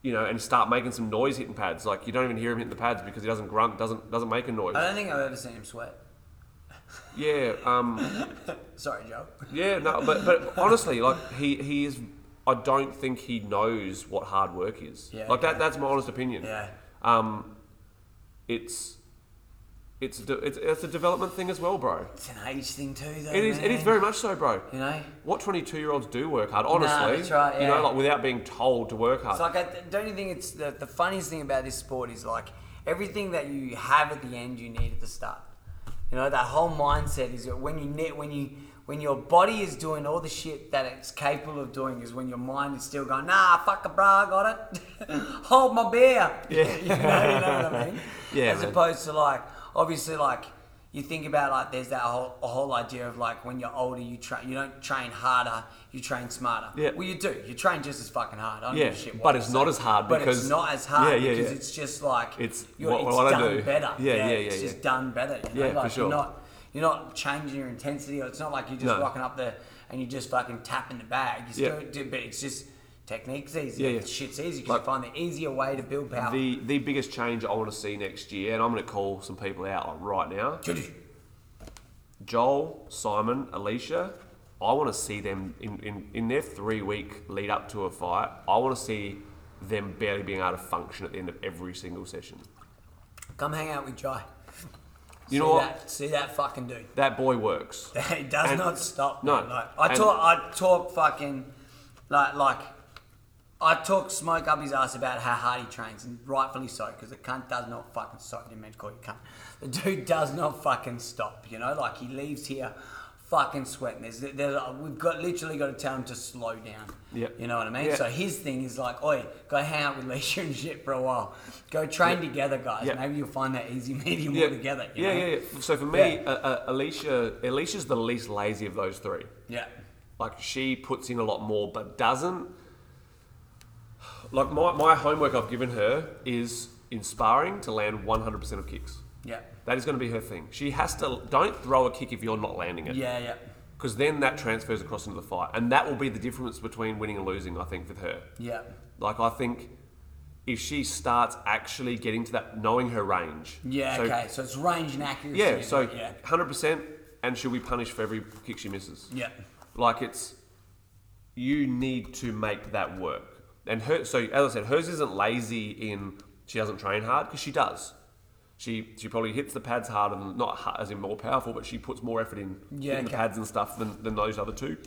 you know, and start making some noise hitting pads. Like you don't even hear him hitting the pads because he doesn't grunt, doesn't doesn't make a noise. I don't think I've ever seen him sweat. yeah, um, Sorry, Joe. Yeah, no, but but honestly, like he he is. I don't think he knows what hard work is. Yeah, like okay. that. That's my honest opinion. Yeah, Um, it's. It's, de- it's it's a development thing as well, bro. it's an age thing too, though. It is it is man. very much so, bro. You know, What twenty two year olds do work hard, honestly. that's right, You yeah. know, like without being told to work hard. It's like, I don't you think it's the, the funniest thing about this sport is like everything that you have at the end, you need at the start. You know, that whole mindset is that when you net, when you, when your body is doing all the shit that it's capable of doing is when your mind is still going, nah, fuck it, bro, I got it. Hold my beer. Yeah. you, know, you know what I mean? Yeah, As man. opposed to like, obviously like, you think about like there's that whole whole idea of like when you're older you train you don't train harder you train smarter Yeah. well you do you train just as fucking hard I don't yeah, give a Oh, shit what but they it's say. not as hard But because it's not as hard Yeah, yeah, because yeah. it's just like It's you're, what- it's what I done do. better. Yeah, yeah, yeah, It's yeah. just done better. You know? Yeah, for like, sure. You're not, you're not changing your intensity, or it's not like you're just No. rocking up the and you're just fucking tapping the bag. You're Yeah. still, do- but it's just Technique's easy. Yeah, yeah. Shit's easy because Like- you find the easier way to build power. The the biggest change I want to see next year, and I'm going to call some people out like, right now. Joel, Simon, Alicia, I want to see them in, in, in their three week lead up to a fight. I want to see them barely being able to function at the end of every single session. Come hang out with Jai. You see know what? That, see that fucking dude. That boy works. He does And- not stop. No, man. Like, I and- talk. I talk fucking like like. I talk smoke up his ass about how hard he trains, and rightfully so, because the cunt does not fucking stop. I didn't mean to call you cunt. The dude does not fucking stop. You know, like he leaves here, fucking sweating. There's, there's, we've got literally got to tell him to slow down. Yep. You know what I mean? Yeah. So his thing is like, oi, go hang out with Leisha and shit for a while. Go train together, guys. Yep. Maybe you'll find that easy medium altogether. You yeah, know? yeah, yeah. So for me, Yeah. uh, uh, Alicia, Alicia's the least lazy of those three. Yeah. Like she puts in a lot more, but doesn't. Like my, my homework I've given her is in sparring to land 100% of kicks. Yeah. That is going to be her thing. She has to don't throw a kick if you're not landing it. Yeah, yeah. Because then that transfers across into the fight, and that will be the difference between winning and losing. I think with her, Yeah. like I think if she starts actually getting to that, knowing her range. Yeah, So- okay. So it's range and accuracy. Yeah. So yeah. 100%, and she'll be punished for every kick she misses. Yeah. Like it's you need to make that work. And her so as I said, hers isn't lazy in she doesn't train hard because she does. She she probably hits the pads harder than not ha- as in more powerful, but she puts more effort in Yeah, hitting the okay. pads and stuff than, than those other two.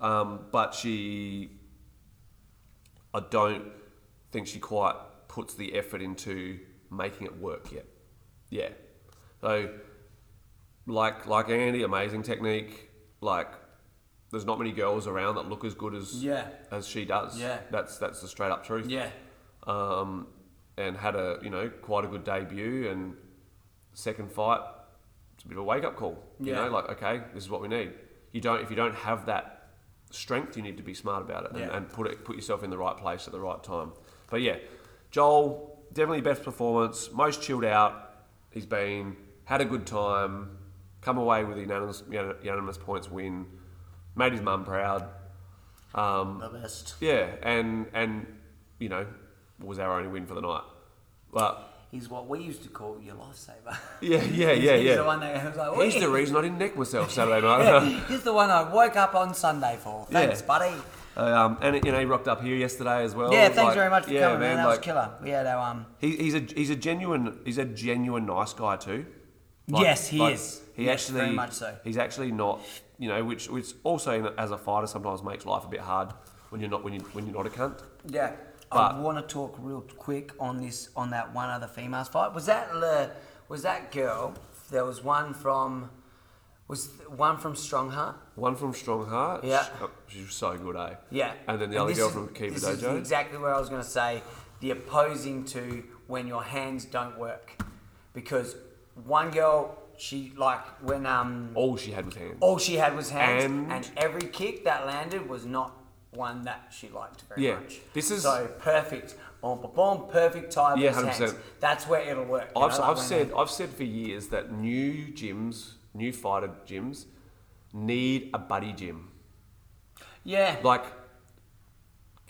Um, but she I don't think she quite puts the effort into making it work yet. Yeah. So like like Andy, amazing technique. Like there's not many girls around that look as good as Yeah. as she does. Yeah. That's that's the straight up truth. Yeah. Um and had a you know, quite a good debut and second fight, it's a bit of a wake up call. Yeah. You know, like, okay, this is what we need. You don't if you don't have that strength, you need to be smart about it and, Yeah. and put it put yourself in the right place at the right time. But yeah, Joel, definitely best performance, most chilled out he's been, had a good time, come away with a unanimous unanimous points win, made his mum proud. Um, The best. yeah, and and you know, was our only win for the night. But He's what we used to call your lifesaver. yeah, yeah, yeah, He's the yeah. one that was like, He's "Oi." the reason I didn't neck myself Saturday night. Oh, Yeah, He's the one I woke up on Sunday for. Yeah. Thanks, buddy. um, and you know, he rocked up here yesterday as well. Yeah, thanks Oh, Like, very much for yeah, coming, man. That was like, killer. We had our um. He, he's a he's a genuine he's a genuine nice guy too. Like- Yes, he like, is. He Yes, actually very much so. He's actually not you know which which also in- as a fighter sometimes makes life a bit hard when you're not when you when you're not a cunt. Yeah. I But- want to talk real quick on this on that one other female's fight. Was that le, was that girl? There was one from was one from Strongheart. One from Strongheart. Yeah. sh- oh, she's so good, eh? Yeah. And then the other this girl is- from Kiva this is Dojo. exactly where I was going to say the opposing to when your hands don't work. Because one girl, she, like, when um, All she had was hands. all she had was hands, and, And- every kick that landed was not one that she liked very Yeah, much. this is- So perfect. Boom, boom, boom, perfect time. Yeah, with his 100%. hands. That's where it'll work. you I've, know, like I've when- said I've said for years that new gyms, new fighter gyms, need a buddy gym. Yeah. like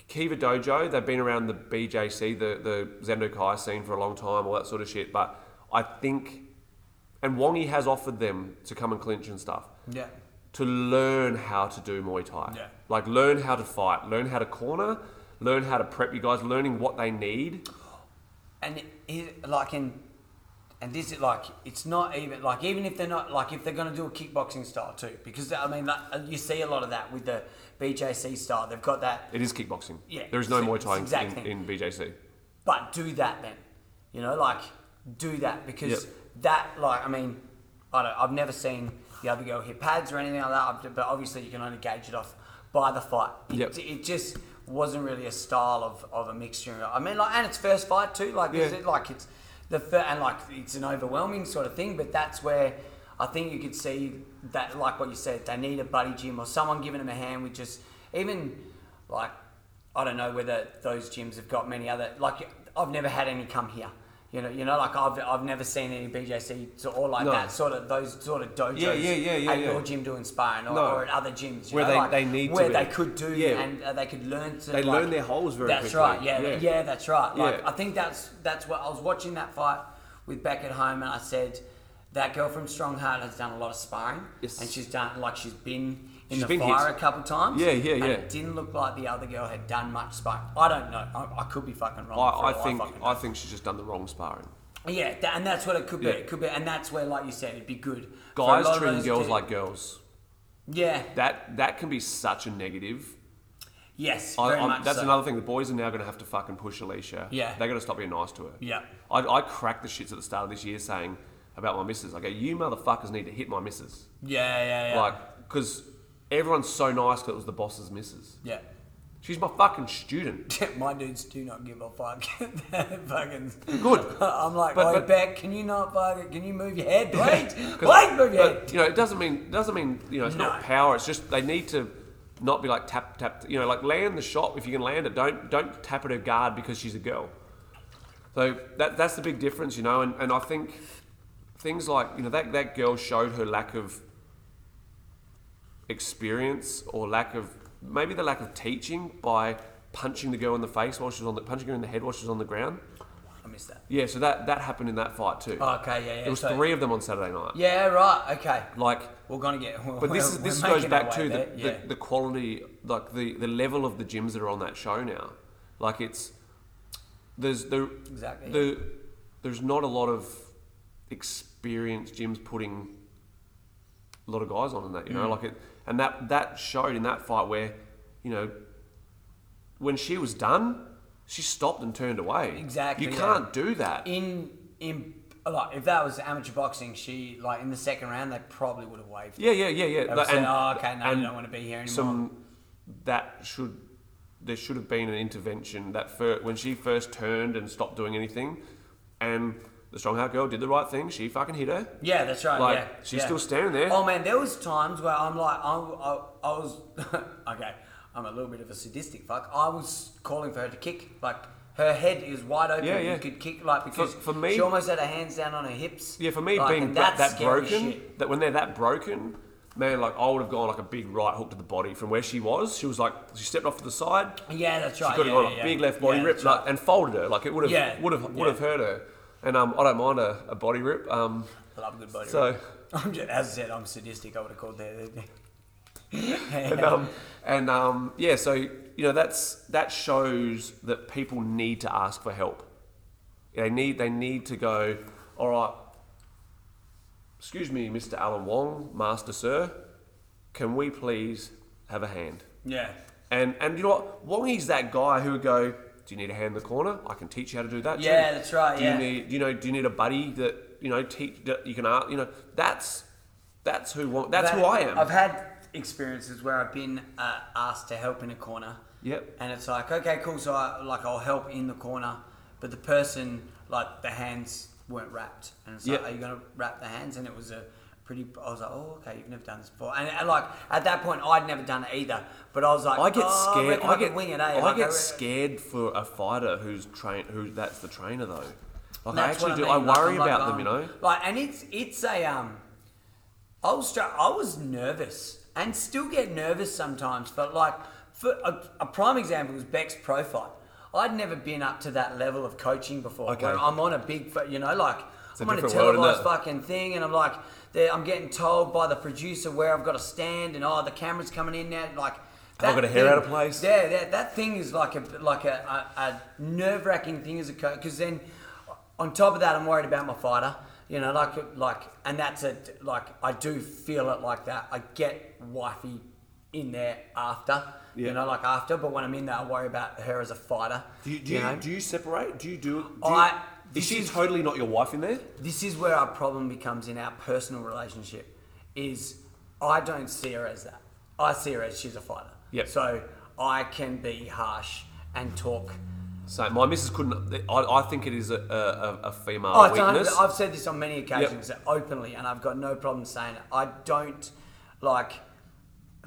Kiva Dojo, they've been around the BJC, the the Zendo Kai scene for a long time, all that sort of shit. But I think, and Wongi has offered them to come and clinch and stuff yeah. to learn how to do Muay Thai. Yeah. Like learn how to fight, learn how to corner, learn how to prep you guys, learning what they need. and he, like in and this is like it's not even like even if they're not like if they're going to do a kickboxing style too because I mean like, uh, you see a lot of that with the BJC style they've got that It is kickboxing. Yeah, There is no it's- Muay it's Thai in- exact in, thing. in, BJC. but do that then you know like do that because Yep. that like I mean I don't I've never seen the other girl hit pads or anything like that I've- but obviously you can only gauge it off by the fight it, Yep. it just wasn't really a style of, of a mixture I mean like and it's first fight too like is Yeah. it like it's the fir- and like it's an overwhelming sort of thing but that's where I think you could see that like what you said they need a buddy gym or someone giving them a hand with just even like I don't know whether those gyms have got many other like I've never had any come here You know, you know, like I've, I've never seen any BJC to, or like No. that sort of those sort of dojos Yeah, yeah, yeah, yeah, at yeah. your gym doing sparring or, No. or at other gyms you Where know, they- like, they need to where be. they could do Yeah. and uh, they could learn to They like- learn their holes very that's quickly. right yeah yeah, Yeah. that's right like Yeah. I think that's that's what I was watching that fight with Beck at home and I said that girl from Strongheart has done a lot of sparring Yes. and she's done like she's been in She's the been fire hit. a couple times Yeah, yeah, and yeah. it didn't look like the other girl had done much sparring I don't know I, I could be fucking wrong for I, I all think fucking know. I think she's just done the wrong sparring. Yeah, tha- and that's what it could be. Yeah. It could be, and that's where, like you said, it'd be good. for a lot Guys of treating those girls kids- like girls. Yeah. That that can be such a negative. Yes. I, very I'm- much that's so. another thing. The boys are now going to have to fucking push Alicia. Yeah. They're going to stop being nice to her. Yeah. I, I cracked the shits at the start of this year saying about my missus. I go, you motherfuckers need to hit my missus. Yeah, yeah, yeah. Like, because everyone's so nice that it was the boss's missus. yeah. She's my fucking student. My dudes do not give a fuck. They're fucking. Good. I'm like, But- wait, but- Beck, can you not fucking? Can you move your head? Wait, 'Cause- wait, move your head. But, you know, it doesn't mean doesn't mean you know it's not No. power. It's just they need to not be like tap tap. You know, like land the shot if you can land it. Don't don't tap at her guard because she's a girl. So that that's the big difference, you know. And, and I think things like you know that that girl showed her lack of experience or lack of maybe the lack of teaching by punching the girl in the face while she was on the punching her in the head while she was on the ground. I missed that. Oh, Yeah, so that that happened in that fight too. Okay, yeah, yeah. There was so- three of them on Saturday night. Yeah, right. Okay, Like we're gonna get. but this is we're this making goes our back way to the, there, yeah. the, the quality, like the, the level of the gyms that are on that show now. Like it's there's the Exactly, the there's not a lot of experienced gyms putting a lot of guys on in that, you Mm. know, like it and that that showed in that fight where, you know, when she was done, she stopped and turned away. Exactly, You yeah. can't do that. in in like if that was amateur boxing, she like in the second round they probably would have waved. yeah, yeah, yeah, yeah. They Like, would say, oh, okay, no, and you don't want to be here anymore. some that should there should have been an intervention that fir- when she first turned and stopped doing anything and the strongheart girl did the right thing she fucking hit her Yeah, that's right. Like, yeah, she's yeah. still standing there. Oh man, there was times where I'm like, I, I, I was okay. I'm a little bit of a sadistic fuck. I was calling for her to kick. Like her head is wide open. Yeah, yeah. You could kick like because for me- she almost had her hands down on her hips. yeah for me Like, being and that, that's that scary broken shit. that when they're that broken man like i would have gone like a big right hook to the body from where she was she was like she stepped off to the side Yeah, that's she right. could have yeah, gone yeah, like yeah. big left body Yeah, rip that's like, right. and folded her like it would have Yeah. would have would Yeah. have hurt her and um, i don't mind a, a body rip um, I love a good body. so rip. I'm just, as I said, I'm sadistic. I would have called that. and um, and um, yeah, so you know that's that shows that people need to ask for help. They need they need to go. All right, excuse me, Mr. Alan Wong, Master Sir, can we please have a hand? yeah. And and you know what, Wong is that guy who would go. Do you need a hand in the corner? I can teach you how to do that. too." Yeah, that's right, Do yeah. you need you know Do you need a buddy that you know teach that you can ask? You know that's that's who Wong, that's I've who I had- am. I've had experiences where I've been uh, asked to help in a corner. Yep. And it's like, okay, cool. So I like I'll help in the corner, but the person like the hands weren't wrapped, and it's like, Yep. are you gonna wrap the hands? And it was a pretty. I was like, oh, okay, you've never done this before, and, and like at that point, I'd never done it either. But I was like, I get "Oh, I, scared. reckon I, I get could wing it. Eh? I Like, get re- scared for a fighter who's train who that's the trainer though. Like I That's what actually do. mean, I like, worry I'm like, about um, them. You know. Like, and it's it's a um, I was stra- I was nervous and still get nervous sometimes. But like, for a, a prime example was Beck's pro fight. I'd never been up to that level of coaching before. Okay. Where I'm on a big, fu- you know, like a I'm on a different world, isn't televised it? fucking thing, and I'm like, there- I'm getting told by the producer where I've got to stand, and oh, the camera's coming in now, like. Have I got a hair thing- out of place? Yeah, that, that thing is like a like a, a, a nerve wracking thing as a coach because then on top of that, I'm worried about my fighter. You know, like like, and that's a like I do feel it like that. I get wifey in there after, Yeah. you know, like after. But when I'm in there, I worry about her as a fighter. Do you do you you, know? do you separate? Do you do? do I- you, is this she is- totally not your wife in there? this is where our problem becomes in our personal relationship is i don't see her as that i see her as she's a fighter Yep. so i can be harsh and talk So my missus couldn't. I, I think it is a, a, a- a female oh, it's a hundred- weakness. i've said this on many occasions openly and i've got no problem saying it i don't like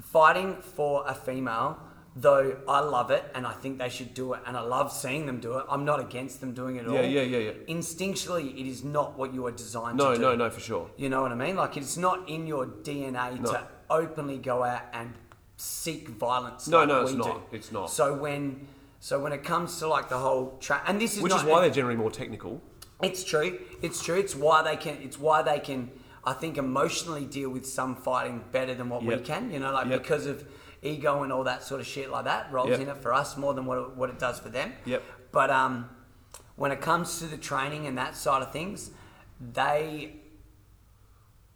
fighting for a female Though I love it and I think they should do it and I love seeing them do it. I'm not against them doing it at Yeah, all. yeah, yeah, yeah. Instinctually, it is not what you are designed No, to do. no, no, for sure. You know what I mean? Like it's not in your DNA No. to openly go out and seek violence. No, like no, we it's do. not. It's not. So when, so when it comes to like the whole tra and this is Which not, is why they're generally more technical. it's true. It's true. It's why they can. It's why they can. I think emotionally deal with some fighting better than what we Yep. can. You know, like Yep. because of ego and all that sort of shit like that rolls Yep. in it for us more than what it, what it does for them. Yep. But um, when it comes to the training and that side of things, they,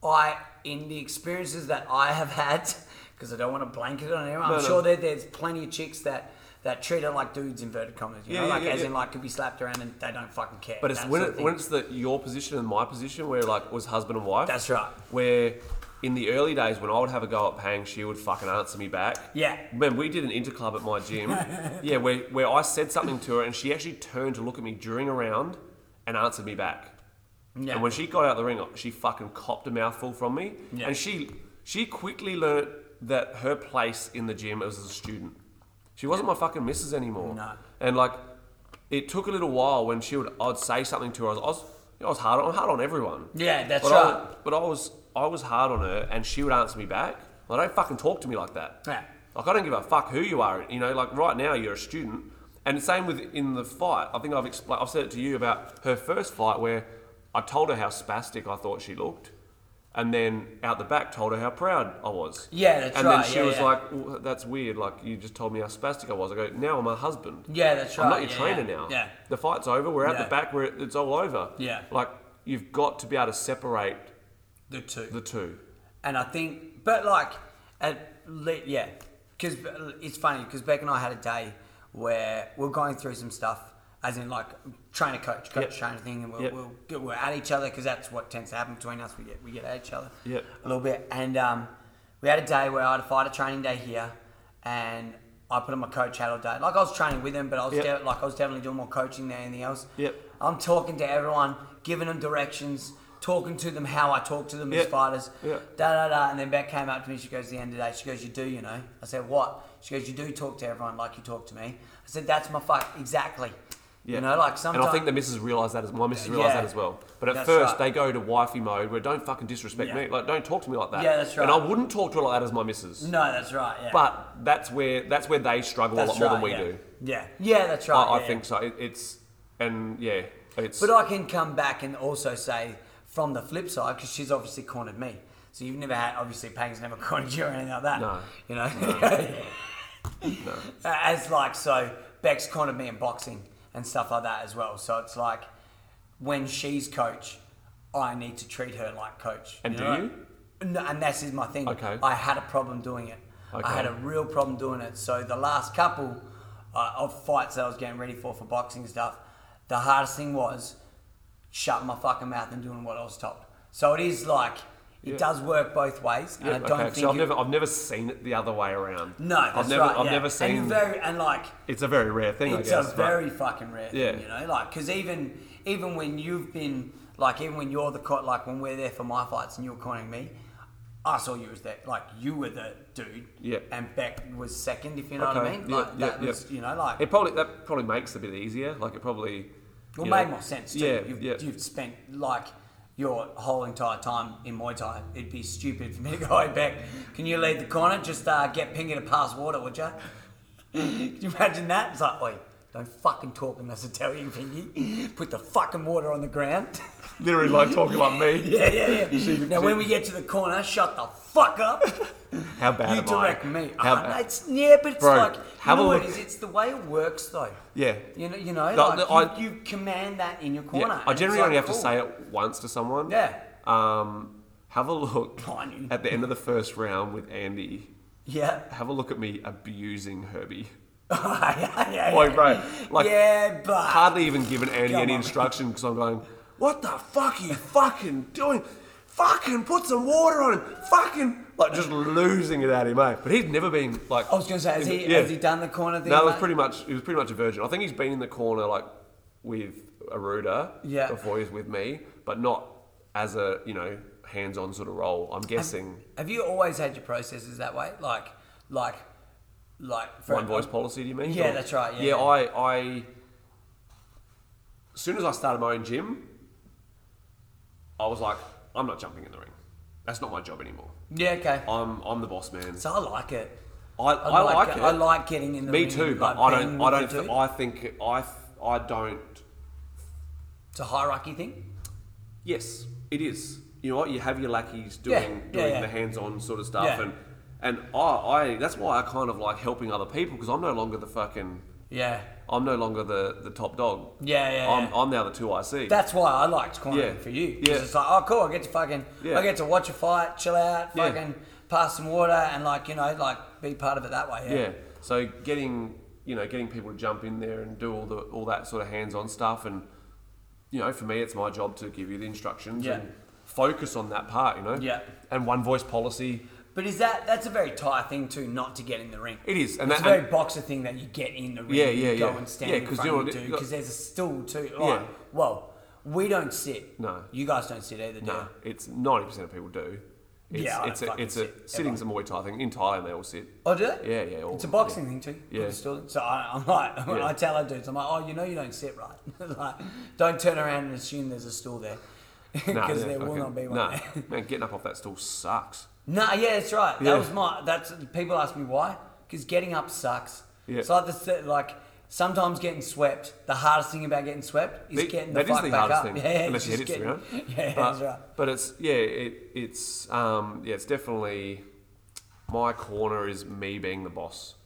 I in the experiences that I have had, because I don't want to blanket it on anyone. No, I'm no. sure that there's plenty of chicks that. That treat it like dudes, inverted commas, you Yeah, know, yeah, like yeah, as yeah. in like could be slapped around and they don't fucking care. But it's that when, sort of it, thing. when it's the, your position and my position, where like it was husband and wife. That's right. Where in the early days when I would have a go at Pang, she would fucking answer me back. Yeah. Man, we did an interclub at my gym. yeah, where, where I said something to her and she actually turned to look at me during a round and answered me back. Yeah. And when she got out of the ring, she fucking copped a mouthful from me. Yeah. And she she quickly learnt that her place in the gym was as a student. She wasn't my fucking missus anymore. No. And like, it took a little while when she would I'd say something to her. I was I was, I was hard on I'm hard on everyone. Yeah, that's but right. I, but I was I was hard on her, and she would answer me back. Like, don't fucking talk to me like that. Yeah. Like I don't give a fuck who you are. You know, like right now you're a student, and same with in the fight. I think I've explained. I've said it to you about her first fight where I told her how spastic I thought she looked, and then out the back told her how proud I was. Yeah, that's and right, then she yeah, was yeah. like, well, "That's weird. Like you just told me how spastic I was." I go, "Now I'm a husband. Yeah, that's I'm not right, your yeah, trainer yeah, now. yeah. The fight's over. We're out Yeah. the back. We're it's all over. Yeah. Like you've got to be able to separate the two. the two. and I think, but like, at le- yeah, because it's funny because Beck and I had a day where we're going through some stuff, as in like trainer coach, coach Yep. trainer thing, and we're, Yep. we're, we're at each other because that's what tends to happen between us. We get we get at each other Yep. a little bit, and um, we had a day where I had a fighter training day here, and. I put on my coach hat all day. Like I was training with him, but I was Yep. de- like I was definitely doing more coaching than anything else. Yep. I'm talking to everyone, giving them directions, talking to them how I talk to them as Yep. fighters Yeah. da da da. And then Beck came up to me. She goes, "The end of the day." She goes, "You do, you know?" I said, "What?" She goes, "You do talk to everyone like you talk to me." I said, "That's my fuck exactly." You know, like sometimes. And I think the missus realised that as my missus realised Yeah. that as well. But at That's first right. they go to wifey mode where don't fucking disrespect Yeah. me, like don't talk to me like that. Yeah, that's right. And I wouldn't talk to her like that as my missus. no, that's right. Yeah. But that's where that's where they struggle that's a lot more right, than we yeah. do. Yeah. Yeah, that's right. I, I yeah. think so. It, it's and yeah, it's But I can come back and also say from the flip side because she's obviously cornered me. So you've never had obviously Pang's never cornered you or anything like that. No. You know. As like so, Beck's cornered me in boxing and stuff like that as well. So it's like when she's coach, I need to treat her like coach. And do you? No, and this is my thing. Okay. I had a problem doing it. I Okay. had a real problem doing it. So the last couple uh, of fights that I was getting ready for for boxing stuff, the hardest thing was shutting my fucking mouth and doing what I was told. So it is like it Yeah. does work both ways, and yeah, I don't okay. think so I've it- never I've never seen it the other way around. no, that's I've never right. I've yeah. never seen and very and like it's a very rare thing, it's I guess. a but- very fucking rare thing, Yeah. you know. Like, because even even when you've been like, even when you're the cot, like when we're there for my fights and you're cornering me, I saw you as that. Like, you were the dude, Yeah. And Beck was second, if you know what I Okay, mean. yeah, Like, yeah, that yeah. was, you know, like it probably that probably makes it a bit easier. Like it probably Well, you made know- more sense. Too. Yeah, you've, yeah. you've spent like your whole entire time in Muay Thai. It'd be stupid for me to go "Hey, back. Can you lead the corner? Just uh, get Pinky to pass water, would you? Can you imagine that? It's like, oi, don't fucking talk unless I tell you, Pinky. Put the fucking water on the ground. literally like talking like me. yeah, yeah, yeah. now, when we get to the corner, shut the fuck up. How bad you am direct I? me. How Ah, bad? no, it's, yeah, but it's Bro, like, you have know a what it look- is? It's the way it works, though. Yeah. You know, you know, No, like no, you, I- you command that in your corner. Yeah, and I it's generally like, only have to cool. say it once to someone. Yeah. Um, have a look Blimey. at the end of the first round with Andy. Yeah. Have a look at me abusing Herbie. yeah, yeah, Oi, yeah. bro, like- yeah, but Hardly even given Andy Come any on. instruction because I'm going, what the fuck are you fucking doing? Fucking put some water on him. Fucking like just losing it at him, eh? But he's never been like. I was gonna say, has he Yeah. has he done the corner thing? No, it was mate? pretty much. He was pretty much a virgin. I think he's been in the corner like with Aruda Yeah. before he was with me, but not as a you know hands-on sort of role. I'm guessing. Have you always had your processes that way? Like, like, like for- One voice policy, do you mean? Yeah, Or- that's right, yeah, yeah. I, I. As soon as I started my own gym, I was like, I'm not jumping in the ring. That's not my job anymore. Yeah, okay. I'm, I'm the boss man. So I like it. I, I, like, it. I like getting in the Me ring. too, and, but like, I being don't. with I the don't. dude. I think I. I don't. It's a hierarchy thing. Yes, it is. You know what? You have your lackeys doing Yeah, doing yeah, yeah. the hands-on sort of stuff, Yeah. and and I, I that's why I kind of like helping other people because I'm no longer the fucking Yeah. I'm no longer the the top dog. Yeah, yeah, I'm, yeah. I'm now the two IC. That's why I liked climbing Yeah. for you. 'Cause Yeah. It's like, oh, cool. I get to fucking, Yeah. I get to watch a fight, chill out, Yeah. fucking pass some water, and like you know, like be part of it that way. Yeah. yeah. So getting you know getting people to jump in there and do all the all that sort of hands-on stuff, and you know for me it's my job to give you the instructions Yeah. and focus on that part. You know. Yeah. And one voice policy. But is that that's a very Thai thing too, not to get in the ring. It is, and it's that- a very and- boxer thing that you get in the ring. Yeah, and yeah, you Go yeah. and stand Yeah, in 'cause front you of know, the dude like- because there's a stool too. Oh, Well, we don't sit. No. You guys don't sit either. do No, you? it's ninety percent of people do. It's, Yeah, I don't it's a, fucking it's a sit, sitting's a Muay Thai thing. In Thailand, they all sit. Oh, do they? Yeah, yeah. All, It's a boxing yeah. thing too. Yeah. Yeah. So I, I'm like, when Yeah. I tell our dudes, I'm like, oh, you know, you don't sit right. like, don't turn around and assume there's a stool there, because Nah, yeah, there will fucking- not be one. nah. there. man, getting up off that stool sucks. No, yeah, that's right. Yeah. That was my. That's people ask me why because getting up sucks. Yeah. It's like the se- like sometimes getting swept. The hardest thing about getting swept is That- getting the that is fuck the back hardest up. thing, Yeah, it's unless you hit just it to the getting- ground. Yeah, but, that's right. But it's yeah, it, it's um, yeah, it's definitely my corner is me being the boss.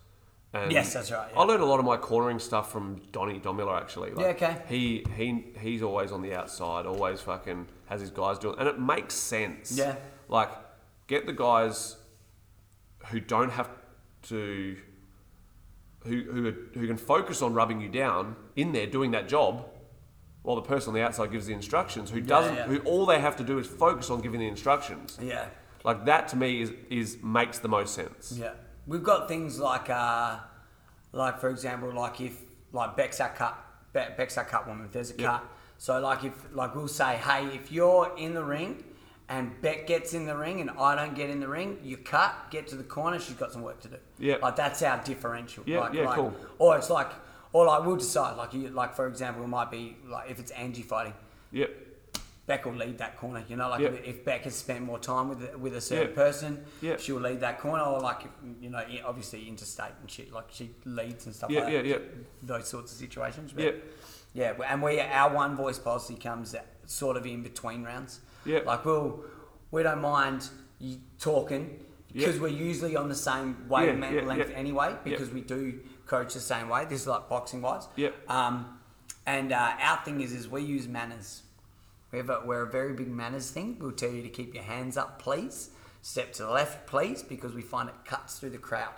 And Yes, that's right, yeah. I learned a lot of my cornering stuff from Donny Don Miller actually. Like, Yeah, okay. He he he's always on the outside, always fucking has his guys doing, and it makes sense. Yeah. Like, get the guys who don't have to. Who, who, are- who can focus on rubbing you down in there doing that job while the person on the outside gives the instructions who doesn't yeah. who all they have to do is focus on giving the instructions Yeah, like that to me is is makes the most sense yeah. We've got things like uh, like for example, like if like Beck's our cut, Be- Beck's our cut woman. If there's a Yeah. cut, so like if like we'll say, hey, if you're in the ring. And Beck gets in the ring, and I don't get in the ring. You cut, get to the corner. She's got some work to do. Yeah. like that's our differential. Yeah, like, yeah, like, cool. Or it's like, or like we'll decide. Like, you, like for example, it might be like if it's Angie fighting, yep Beck will lead that corner. You know, like Yeah. if, if Beck has spent more time with with a certain Yeah. person, Yeah. she'll lead that corner. Or like if, you know, yeah, obviously interstate and shit, like she leads and stuff Yeah, like yeah, that. yeah. Those sorts of situations. But Yeah. yeah, we- and we our one voice policy comes at- sort of in between rounds. Yeah. like we'll we don't mind you talking Yeah. because we're usually on the same yeah, wavelength yeah. anyway Yeah. because we do coach the same way. This is like boxing wise. Yeah. Um, and uh, our thing is, is we use manners. We have a, we're a very big manners thing. We'll tell you to keep your hands up, please. Step to the left, please, because we find it cuts through the crowd.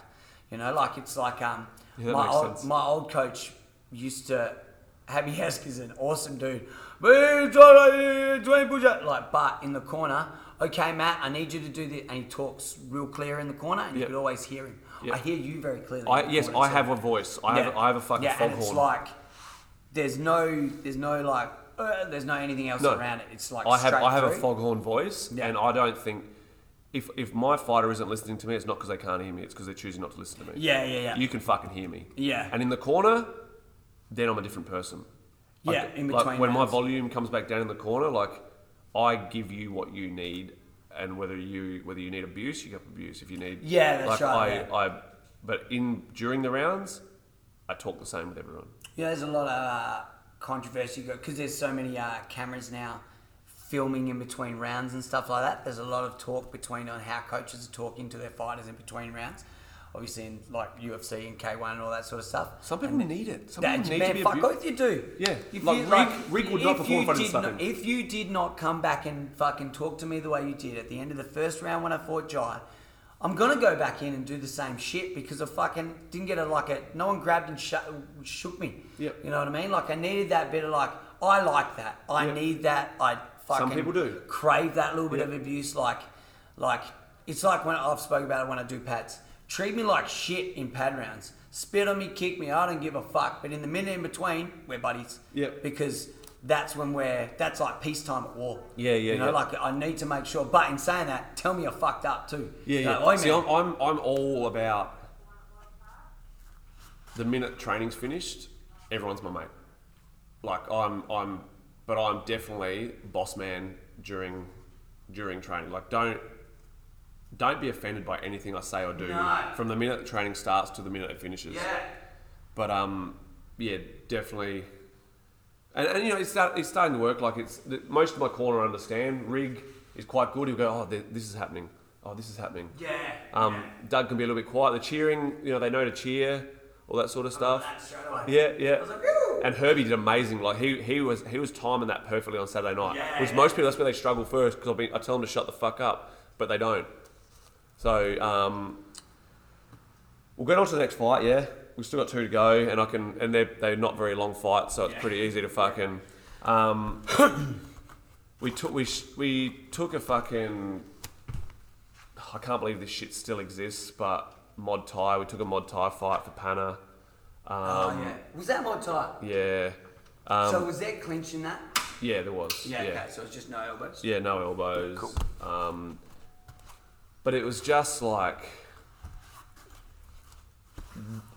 You know, like it's like um, Yeah, that my makes old sense. my old coach used to. Happy Hask is an awesome dude. "Hey, Johnny, Johnny Butcher." Like, but in the corner, okay, Matt, I need you to do this. And he talks real clear in the corner, and Yeah. you could always hear him. Yeah. I hear you very clearly. in I, the yes corner, i so- have a voice i have i have a fucking yeah, and it's foghorn like there's no, there's no like, uh, there's no anything else around it. It's like I have straight I have a through. foghorn voice, Yeah. and I don't think if if my fighter isn't listening to me, it's not because they can't hear me. It's because they're choosing not to listen to me. Yeah, yeah, yeah. You can fucking hear me. Yeah. And in the corner, then I'm a different person. Yeah, in Like between when my rounds. volume comes back down in the corner, like I give you what you need, and whether you whether you need abuse, you get abuse. If you need Yeah, that's like, right, I, I but in during the rounds, I talk the same with everyone. Yeah, there's a lot of uh, controversy because there's so many uh, cameras now filming in between rounds and stuff like that. There's a lot of talk between on how coaches are talking to their fighters in between rounds. Obviously, in like UFC and K1 and all that sort of stuff. Some people need it. Some That, people need man, to be fuck abused. oath you do. Yeah, like, Rig- Rig would not if perform you if I didn't did slap not- him. If you did not come back and fucking talk to me the way you did at the end of the first round when I fought Jai, I'm gonna go back in and do the same shit because I fucking didn't get a like a no one grabbed and sh- shook me. Yep. You know what I mean? Like I needed that bit of like I like that. I Yep. need that. I fucking people do. crave that little bit Yep. of abuse. Like like it's like when I've spoken about it when I do pads. Treat me like shit in pad rounds. Spit on me, kick me. I don't give a fuck. But in the minute in between, we're buddies. Yep. Because that's when we're that's like peacetime at war. Yeah, yeah, You know, yeah. like I need to make sure. But in saying that, tell me I fucked up too. Yeah, Like, yeah. "Oi, See, man." I'm, I'm, I'm all about the minute training's finished, everyone's my mate. Like I'm, I'm, but I'm definitely boss man during during training. Like don't don't be offended by anything I say or do No. from the minute training starts to the minute it finishes. Yeah. But um, yeah, definitely. And, and you know, it's, start, it's starting to work. Like it's the, most of my corner understand. Rig is quite good. He'll go, oh, th- this is happening. Oh, this is happening. Yeah. Um, Doug can be a little bit quiet. The cheering, you know, they know to cheer, all that sort of stuff. That straight away. Uh, Yeah, Um, yeah. I was like, "Woo!" and Herbie did amazing. Like he, he was he was timing that perfectly on Saturday night. Yeah, which yeah. most people that's where they struggle first because I tell them to shut the fuck up, but they don't. So um, we'll get on to the next fight. Yeah, we've still got two to go, and I can and they're they're not very long fights, so it's Yeah. pretty easy to fucking. Um, we took we sh- we took a fucking. I can't believe this shit still exists, but mod tie. We took a mod tie fight for Panna. Um, Oh, yeah. Was that my tie? Yeah. so was there clinch in that? Yeah, there was. Yeah, um, Yeah. Yeah, okay, so it's just no elbows. no elbows. Um, but it was just like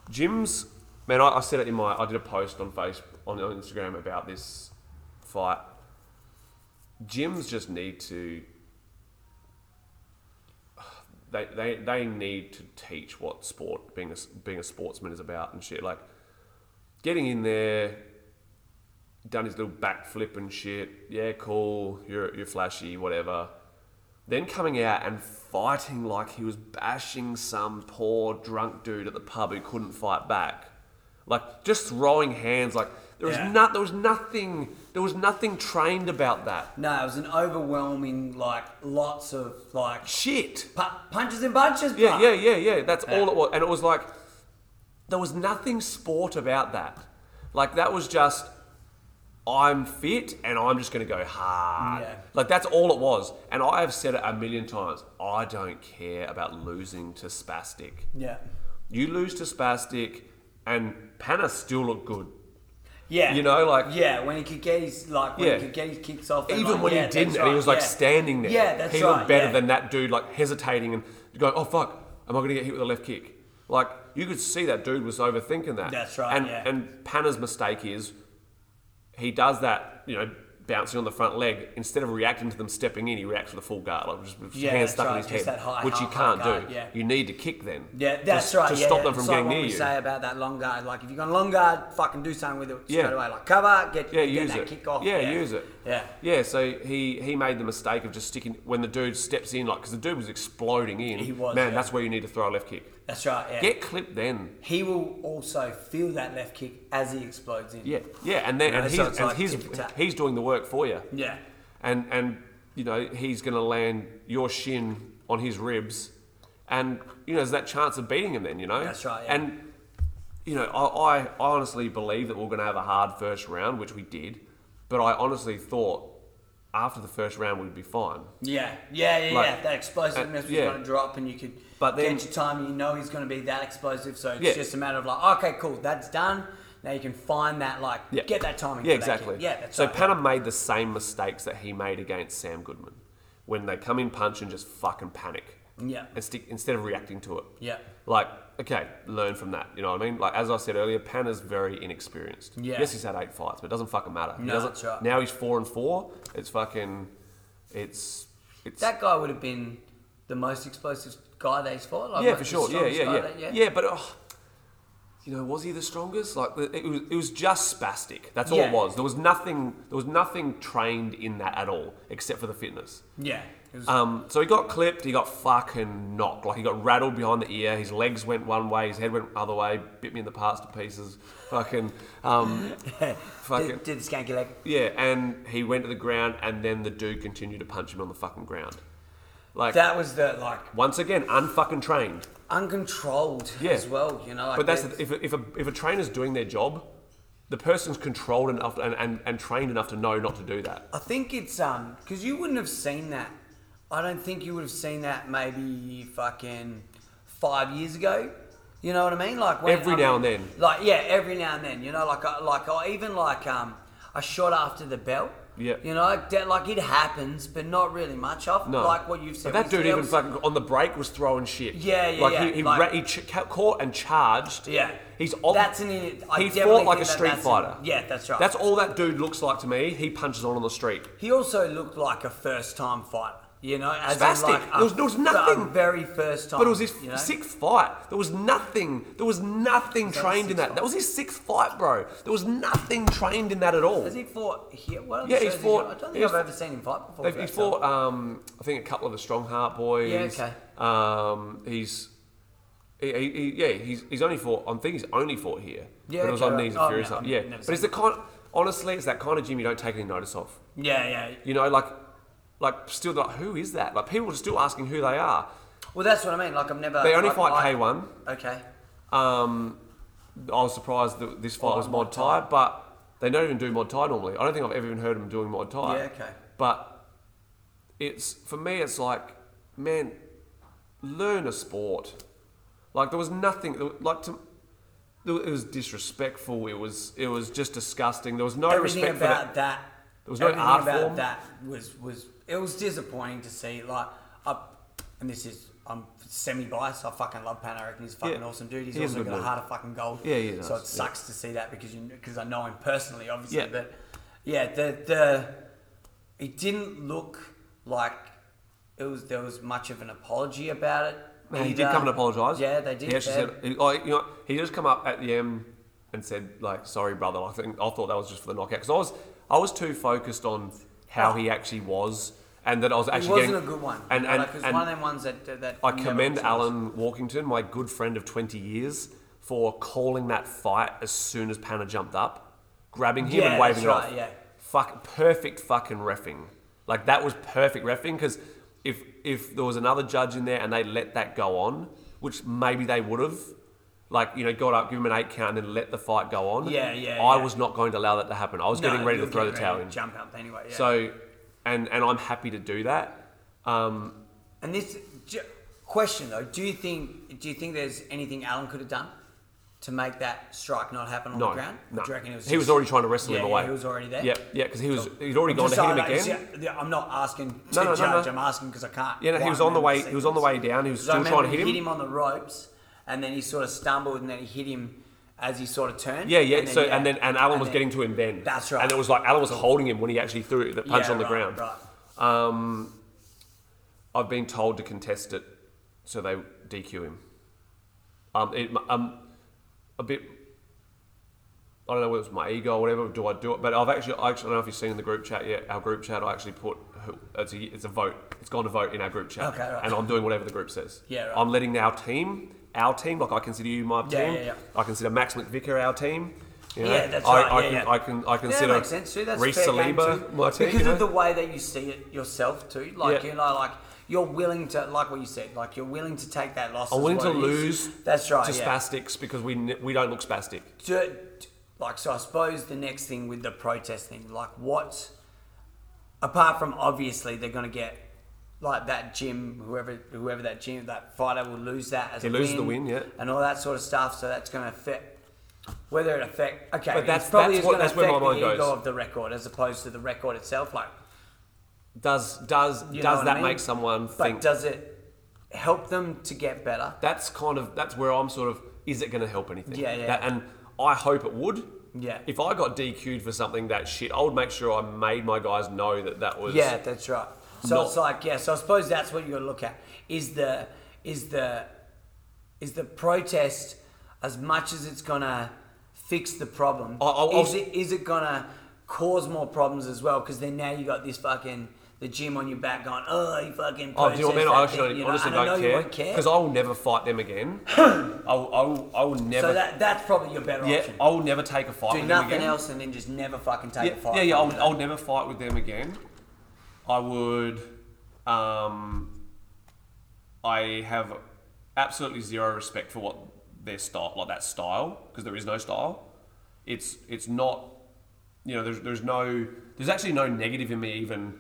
Jim's. Man, I, I said it in my. I did a post on Facebook on, on Instagram about this fight. Gyms just need to. They, they, they need to teach what sport being a, s- being a sportsman is about and shit. Like, getting in there, done his little backflip and shit. Yeah, cool. You're you're flashy, whatever. Then coming out and fighting like he was bashing some poor drunk dude at the pub who couldn't fight back. Like just throwing hands. Like there was Yeah. not. There was nothing. There was nothing trained about that. No, it was an overwhelming, like, lots of, like, sh- Shit. pu- punches and bunches. Yeah, bruh. yeah, yeah, yeah. That's Yeah. all it was. And it was like, there was nothing sport about that. Like, that was just, I'm fit and I'm just going to go hard. Yeah. Like, that's all it was. And I have said it a million times I don't care about losing to Spastic. Yeah. You lose to Spastic, and Panna still look good. Yeah. You know, like, Yeah, when he could get his, like, when Yeah. he could get his kicks off. and, Even like, when yeah, he didn't, that's and he right, was like yeah. standing there. Yeah, that's he right, looked better yeah. than that dude, like hesitating and going, "Oh fuck, am I going to get hit with a left kick?" Like you could see that dude was overthinking that. That's right, And yeah. and Panna's mistake is he does that, you know, bouncing on the front leg instead of reacting to them stepping in, he reacts with a full guard, like just with his Yeah, hands that's stuck right, in his just head, that high which you half, high can't guard, do. yeah. You need to kick then. Yeah, to- that's right. To yeah, stop yeah. them from It's like getting what near we you. say about that long guard. Like if you're going long guard, fucking do something with it straight Yeah. away. Like cover, get, Yeah, get use that it. kick off. Yeah, use it. Yeah. Yeah, so he he made the mistake of just sticking when the dude steps in, like because the dude was exploding in. He was, Man, yeah. that's where you need to throw a left kick. That's right. Yeah. Get clipped then. He will also feel that left kick as he explodes in. Yeah, yeah, and then Yeah, and, so he's, it's and like he's tip-tap. he's doing the work for you. Yeah. And and you know he's gonna land your shin on his ribs, and you know there's that chance of beating him then. You know. That's right, yeah. And you know I, I I honestly believe that we're gonna have a hard first round, which we did, but I honestly thought after the first round we'd be fine. Yeah. Yeah. Yeah. Like- yeah. That explosiveness Uh, was yeah. going to drop, and you could But then- get your time. And you know he's going to be that explosive, so it's Yeah. just a matter of like, okay, cool, that's done. Now you can find that like, Yeah. get that timing. Yeah, for that kick. exactly. Yeah. That's so right. Panna made the same mistakes that he made against Sam Goodman when they come in punch and just fucking panic Yeah. and stick instead of reacting to it. Yeah. Like, okay, learn from that. You know what I mean? Like as I said earlier, Panna's very inexperienced. Yeah. Yes, he's had eight fights, but it doesn't fucking matter. He No, doesn't- that's right. Now he's four and four. It's fucking, it's, it's That guy would have been the most explosive guy they've fought. Like, yeah, like for the sure. Yeah, strongest yeah, guy yeah, they- yeah. but oh, you know, was he the strongest? Like the- it was, it was just spastic. That's all Yeah. it was. There was nothing. There was nothing trained in that at all, except for the fitness. Yeah. It was, Um, so he got clipped. He got fucking knocked. Like he got rattled behind the ear. His legs went one way. His head went other way. Bit me in the parts to pieces. Fucking. Um, fucking. did, did the skanky leg. Yeah, and he went to the ground, and then the dude continued to punch him on the fucking ground. Like That was the like once again, unfucking trained. uncontrolled Yeah. as well. You know. Like But that's the, the, if, a, if, a, if a trainer's doing their job, the person's controlled enough and, and, and trained enough to know not to do that. I think it's um because you wouldn't have seen that. I don't think you would have seen that maybe fucking five years ago. You know what I mean? Like when, Every I now mean, and then. Like yeah, every now and then. You know, like I, like I even like um I shot after the belt. Yeah. You know, that, like it happens, but not really much. I No. like what you've said. But that We dude see- even fucking on the break was throwing shit. Yeah, yeah, Like yeah, he, he, like- ra- he ch- ca- caught and charged. Yeah. he's ob- That's an idiot. I he definitely fought like think a that street that's an- fighter. yeah, that's right. That's all that dude looks like to me. He punches on on the street. He also looked like a first time fighter. You know, as in, Spastic. like a, There was- there was a nothing. very first time. But it was his you know? sixth fight. There was nothing. There was nothing that trained sixth in that. That was his sixth fight, bro. There was nothing trained in that at all. Has he fought here? What Yeah, other shows has he's he fought- done? I don't think he's- I've ever seen him fight before. They've, for he that fought, um, I think, a couple of the Strongheart boys. Yeah, Um, he's, he, he, he- yeah, he's, he's only fought. I think he's only fought here. Yeah, but it was okay, on right. Knees Oh, and Fury no, stuff. I've Yeah, never but seen it's the kind. Honestly, it's that kind of gym you don't take any notice of. stuff. Yeah, yeah. You know, like, like still like, who is that? Like people are still asking who they are. Well, that's what I mean. Like I've never. They only like, fight I- K one. Okay. Um, I was surprised that this fight Oh, was Muay mod tie, but they don't even do mod tie normally. I don't think I've ever even heard them doing mod tie. Yeah, okay. But it's for me, it's like, man, learn a sport. Like there was nothing there was- like to. there was- It was disrespectful. It was it was just disgusting. There was no Everything respect about for that. that. There was no everything art about form. that was was it was disappointing to see. Like up, and this is I'm semi biased. I fucking love Pan. I reckon he's a fucking Yeah. awesome dude. He's He is a also good got a dude. heart of fucking gold. Yeah, he So it does, yeah. sucks to see that because you because I know him personally, obviously. Yeah. But yeah, the the it didn't look like it was there was much of an apology about it. He did either. come and apologise. uh, Yeah, they did. He actually They- said, he, oh, you know, he just come up at the end and said, like, sorry, brother. I think I thought that was just for the knockout because I was, I was too focused on how he actually was and that I was it actually Oh. wasn't getting- a good one. And and, like, it was and one of them ones that that I never commend was- Alan Walkington, my good friend of 20 years, for calling that fight as soon as Panna jumped up, grabbing him Yeah, and waving that's it right, off. yeah. Fuck, perfect fucking refing. Like that was perfect refing because if if there was another judge in there and they let that go on, which maybe they would have, like you know, got up, give him an eight count, and then let the fight go on. Yeah, yeah, I yeah. was not going to allow that to happen. I was No, getting ready you to were throw the getting ready towel to in. Jump up anyway. Yeah. So, and and I'm happy to do that. Um, and this j- question though, do you think do you think there's anything Alan could have done to make that strike not happen on No, the ground? Or no. Do you reckon it was he was just- already trying to wrestle yeah, him yeah, away. He was already there. Yeah, yeah, because he was he'd already I'm gone just to hit him saying, again. like, see, I'm not asking to No, no, no, judge. no. I'm asking because I can't. Yeah, no, he quite was on the remember way. He was on the way sequence. down. He was Because I still trying to remember hit him. He hit him on the ropes, and then he sort of stumbled, and then he hit him as he sort of turned. yeah, yeah. and then, so and then and Alan was then- getting to him then. That's right. And it was like Alan was holding him when he actually threw the punch Yeah, on the right, ground. Right. Um, I've been told to contest it, so they DQ him. Um, it, um, a bit. I don't know whether it's my ego or whatever. Do I do it? But I've actually, I actually I don't know if you've seen in the group chat yet. Our group chat, I actually put who- it's a, it's a vote. It's gone to vote in our group chat, Okay, right. and I'm doing whatever the group says. Yeah, right. I'm letting our team, our team, like I consider you my Yeah, team. yeah, yeah. I consider Max McVicker our team. you know. Yeah, that's I, right, I yeah, can, yeah. I can, I Yeah, that consider makes sense too. That's Reece fair game Saliba too. my team. because you know? of the way that you see it yourself too. Like Yeah. you know, like you're willing to, like what you said, like you're willing to take that loss. I'm is willing what to it is. lose. That's right. To yeah. spastics because we n- we don't look spastic. Do- d- like so, I suppose the next thing with the protest thing, like what, apart from obviously they're going to get like that gym, whoever whoever that gym that fighter will lose that as He a loses win, the win, yeah. and all that sort of stuff. So that's going to affect. Whether it affect okay, But it's that's- probably that's is what- gonna that's where my affect mind the ego goes. of the record as opposed to the record itself. Like Does does You know does what that I mean? make someone But think? does it help them to get better? that's kind of that's where I'm sort of. Is it going to help anything? Yeah, yeah. That- and I hope it would. Yeah. If I got DQ'd for something that shit, I would make sure I made my guys know that that was. Yeah, that's right. So Not- it's like yeah. So I suppose that's what you got to look at is the is the is the protest as much as it's gonna fix the problem. I- I- is I'll- it is it gonna cause more problems as well? Because then now you got this fucking the gym on your back going oh you fucking. Oh, do you know what I protest mean? I that thing," actually don't, you know, honestly and I know don't you care won't care. because I will never fight them again. I will, I will, I will never. so that that's probably your better yeah, option. I will never take a fight Do with them nothing again. else and then just never fucking take yeah, a fight. Yeah, yeah. from I'll, them. I'll never fight with them again. I would. Um, I have absolutely zero respect for what their style, like that style, because there is no style. It's it's not. You know, there's there's no there's actually no negative in me even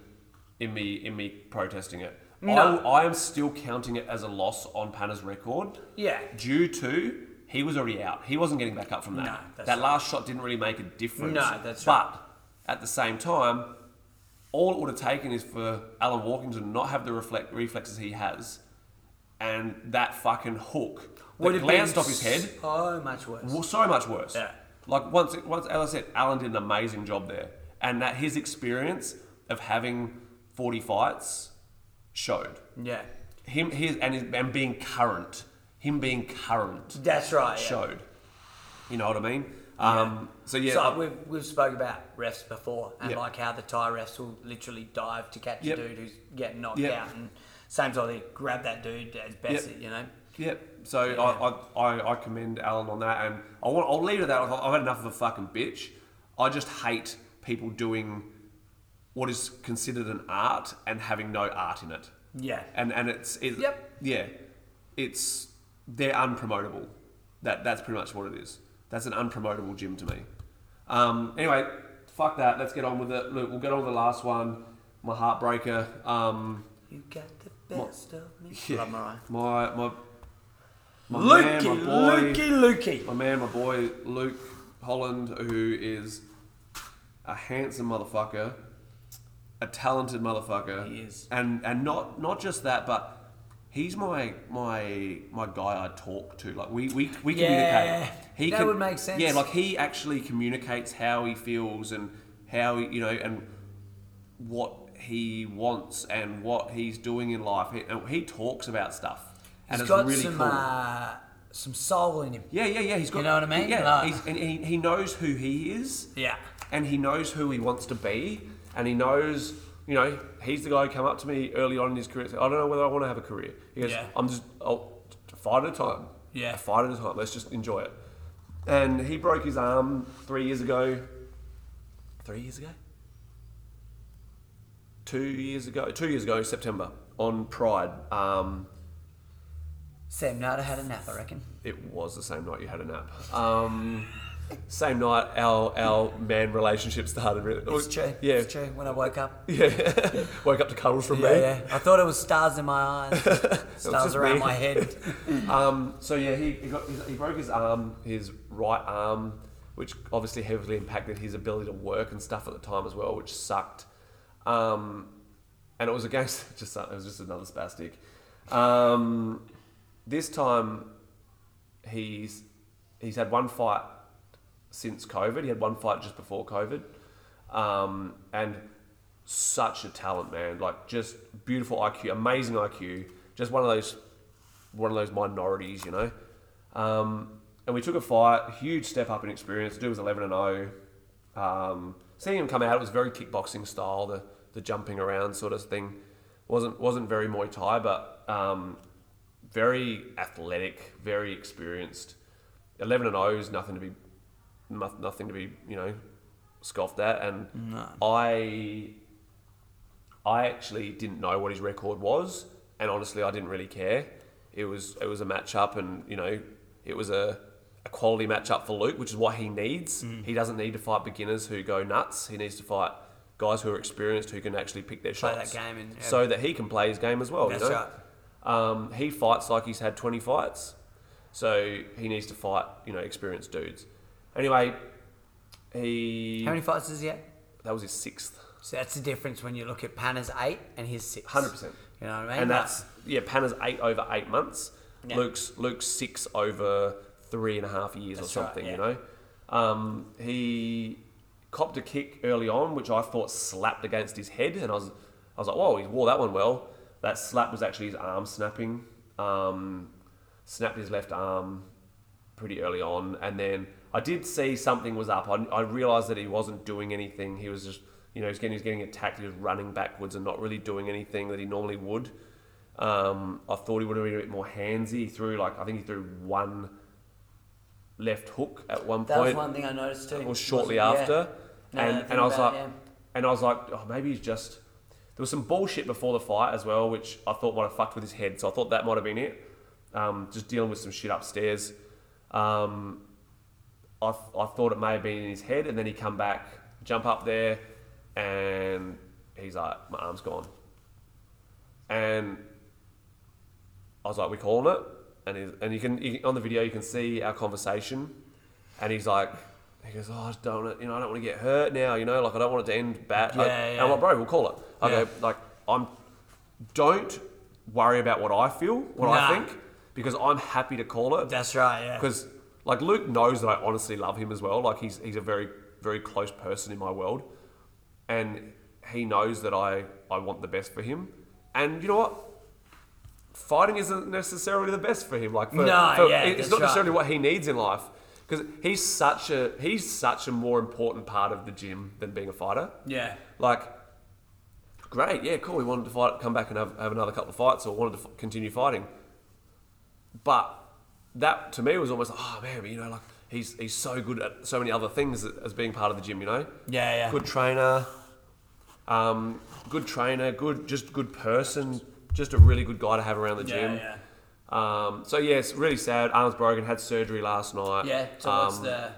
in me in me protesting it. No. I, I am still counting it as a loss on Panna's record. Yeah. Due to he was already out. He wasn't getting back up from that. No, that's that right. last shot didn't really make a difference. No, that's But at the same time, all it would have taken is for Alan Walking to not have the reflect, reflexes he has, and that fucking hook Would that have been glanced off his head So much worse. well, so much worse. Yeah. Like once, once as I said, Alan did an amazing job there, and that his experience of having forty fights showed Yeah. him his and his, and being current, him being current That's right. Yeah. showed. You know what I mean? Um, so yeah, So uh, I- we've, we've spoke about refs before, and Yep. like how the Thai refs will literally dive to catch Yep. a dude who's getting knocked Yep. out, and same time they grab that dude as best Yep. you know. Yep. So I, I, I, I commend Alan on that, and I want I'll leave it at that. I've, I've had enough of a fucking bitch. I just hate people doing what is considered an art and having no art in it. Yeah. And and it's it, Yep. Yeah. It's they're unpromotable. That that's pretty much what it is. That's an unpromotable gym to me. Um. Anyway, fuck that. Let's get on with it. Look, we'll get on with the last one. My heartbreaker. Um. You got the My- best of me. yeah. Love Mariah. My my. My Lukey, man, my boy, Lukey, Lukey. my man, my boy Luke Holland, who is a handsome motherfucker, a talented motherfucker. He is. And and not not just that, but he's my my my guy I talk to. Like we we, we Yeah, communicate. He that can- would make sense. Yeah, like he actually communicates how he feels and how he, you know and what he wants and what he's doing in life. He, and he talks about stuff. He's And it's got really some cool. uh, some soul in him. Yeah, yeah, yeah. He's got. know what I mean? Yeah, Like- he's, and he, he knows who he is, Yeah. and he knows who he wants to be, and he knows. You know, he's the guy who came up to me early on in his career. and said, I don't know whether I want to have a career. He goes, Yeah. I'm just I'll, a fight at a time. Yeah. a fight at a time. Let's just enjoy it. And he broke his arm three years ago. Three years ago. Two years ago. Two years ago, September on Pride. Um, Sam Nada had a nap, I reckon. it was the same night you had a nap. Um, same night our our man relationship started. Really, It's true. Oh, Yeah, It's true. When I woke up. yeah. Woke up to cuddles from Yeah, me. yeah. I thought it was stars in my eyes, stars just around me. my head. Um, so yeah, he, he got his, he broke his arm, his right arm, which obviously heavily impacted his ability to work and stuff at the time as well, which sucked. Um, and it was against just it was just another spastic. Um, this time, he's he's had one fight since COVID. He had one fight just before COVID, um, and such a talent, man! Like just beautiful IQ, amazing IQ. Just one of those one of those minorities, you know. Um, and we took a fight, huge step up in experience. Dude was eleven and zero. Um, seeing him come out, it was very kickboxing style, the the jumping around sort of thing. wasn't wasn't very Muay Thai, but um, very athletic, very experienced. Eleven and zero is nothing to be noth- nothing to be you know scoffed at. And I I actually didn't know what his record was, and honestly, I didn't really care. It was it was a matchup, and you know, it was a, a quality matchup for Luke, which is what he needs. Mm. He doesn't need to fight beginners who go nuts. He needs to fight guys who are experienced who can actually pick their Play that shots, game and- yeah. so that he can play his game as well. That's you know? right. Um, he fights like he's had 20 fights. So he needs to fight, you know, experienced dudes. Anyway, he. How many fights does he have? That was his sixth. So that's the difference when you look at Panna's eight and his six. 100%. You know what I mean? And that's, yeah, Panna's eight over eight months. Yeah. Luke's, Luke's six over three and a half years That's or right, something, yeah. you know? Um, he copped a kick early on, which I thought slapped against his head. And I was, I was like, whoa, he wore that one well. That slap was actually his arm snapping. Um, snapped his left arm pretty early on, and then I did see something was up. I, I realized that he wasn't doing anything. He was just, you know, he was getting, he was getting attacked. He was running backwards and not really doing anything that he normally would. Um, I thought he would have been a bit more handsy. He threw like I think he threw one left hook at one that was point, one thing I noticed too. or shortly Wasn't- yeah. after, No, and think and I was about like, it, yeah. and I was like, oh, maybe he's just. There was some bullshit before the fight as well, which I thought might have fucked with his head. So I thought that might have been it. Um, just dealing with some shit upstairs. Um, I, th- I thought it may have been in his head, and then he come back, jump up there, and he's like, my arm's gone. And I was like, we calling it, and he, and you can you, can- on the video you can see our conversation, and he's like, He goes, oh, I just don't, wanna- you know, I don't want to get hurt now. You know, like I don't want it to end bad. Like, Yeah, yeah, And I'm yeah. like, bro, we'll call it. I Yeah. go, like, I'm. Don't worry about what I feel, what I Nah. think, because I'm happy to call it. That's right. Yeah. Because like Luke knows that I honestly love him as well. Like he's he's a very very close person in my world, and he knows that I I want the best for him. And you know what? Fighting isn't necessarily the best for him. Like for, No, for- yeah, it- it's that's not right. necessarily what he needs in life. Because he's such a he's such a more important part of the gym than being a fighter. Yeah. Like, great, yeah, cool. He wanted to fight, come back and have, have another couple of fights, or wanted to f- continue fighting. But that to me was almost like, oh man, but, you know, like he's he's so good at so many other things as being part of the gym, you know. Yeah, yeah. Good trainer, um, good trainer, good just good person, just a really good guy to have around the Yeah, gym. yeah. Um, so yeah, it's really sad. Arms broken, had surgery last night. Yeah. So what's Um, the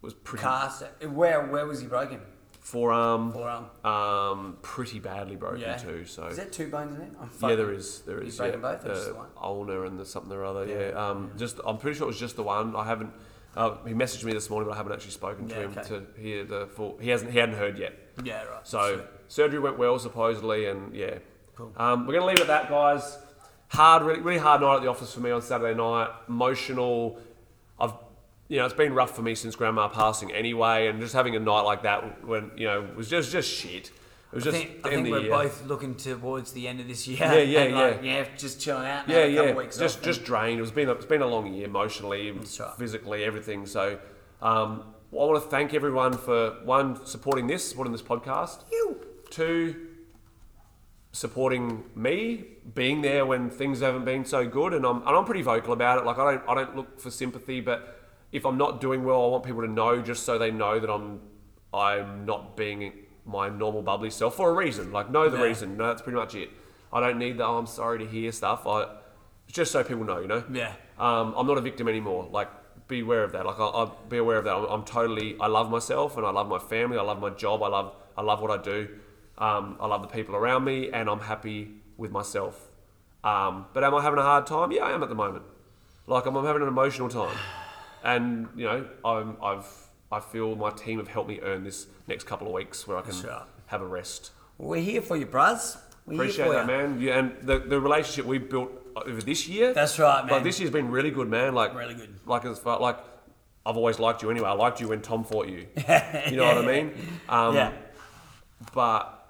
was pretty cast? Where Where was he broken? forearm, Forearm. um, pretty badly broken Yeah. too. So Is there two bones in there? I'm Yeah, fucking- there is. There You is. breaking yeah. both or just the one? ulnar and the something or other. Yeah. Um, Just, I'm pretty sure it was just the one. I haven't. Uh, he messaged me this morning, but I haven't actually spoken to Yeah, him okay. to hear the full. He hasn't. He hadn't heard yet. Yeah. Right. So Sweet. surgery went well supposedly, and yeah. Cool. Um, we're gonna leave it at that, guys. Hard, really, really hard night at the office for me on Saturday night. Emotional. I've, you know, it's been rough for me since Grandma passing anyway, and just having a night like that when you know was just just shit. It was I just think, I the end think of we're the year. both looking towards the end of this year. Yeah, yeah, and Like, yeah, just chilling out. now, yeah, uh, a couple yeah. Weeks just off just drained. It's been a, it's been a long year emotionally, right. physically, everything. So um, I want to thank everyone for one supporting this, supporting this podcast. Two, supporting me, being there when things haven't been so good, and I'm and I'm pretty vocal about it. Like I don't I don't look for sympathy, but if I'm not doing well, I want people to know just so they know that I'm I'm not being my normal bubbly self for a reason. Like know the Yeah. reason. No, that's pretty much it. I don't need the oh, I'm sorry to hear stuff. I it's just so people know, you know. Yeah. Um, I'm not a victim anymore. Like be aware of that. Like I, I be aware of that. I'm, I'm totally. I love myself and I love my family. I love my job. I love. I love what I do. Um, I love the people around me, and I'm happy with myself. Um, but am I having a hard time? Yeah, I am at the moment. Like I'm, I'm having an emotional time, and you know, I'm, I've. I feel my team have helped me earn this next couple of weeks where I can That's right. have a rest. We're here for you, bros. We're Appreciate here for that, you. man. Yeah, and the, the relationship we built over this year. That's right, man. Like this year's been really good, man. Like Really good. Like as far like I've always liked you anyway. I liked you when Tom fought you. You know what I mean? Um, yeah. But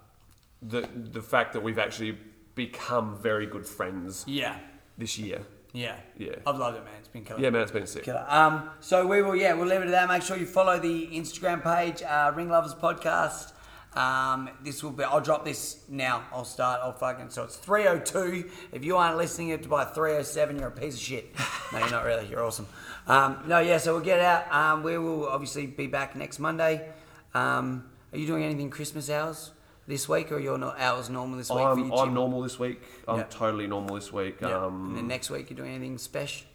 the the fact that we've actually become very good friends Yeah. this year. Yeah. Yeah. I've loved it, man. It's been killer. Yeah, man, it's been sick. Killer. Um, so we will, yeah, we'll leave it at that. Make sure you follow the Instagram page, uh, Ring Lovers Podcast. Um, this will be, I'll drop this now. I'll start. I'll fucking, so it's 302. If you aren't listening, you have to buy 307. You're a piece of shit. No, you're not really. You're awesome. Um, no, yeah, so we'll get out. Um, we will obviously be back next Monday. Um, are you doing anything Christmas hours this week or you're not hours normal this week for I'm, your I'm gym? normal this week. I'm Yeah. totally normal this week. Yeah. Um, and then next week, you're doing anything special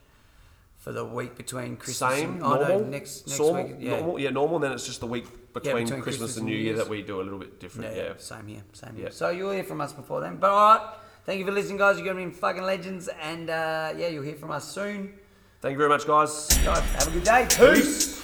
for the week between Christmas same and oh, normal No, next next normal, week, yeah. normal yeah normal then it's just the week between, between christmas, Christmas and and new New year Year's. that we do a little bit Yeah, different yeah, yeah. same here, same here. Yeah. So you'll hear from us before then. But all right, thank you for listening, guys. You're gonna be fucking legends, and uh, yeah, you'll hear from us soon. Thank you very much, guys. Guys, have a good day. Peace.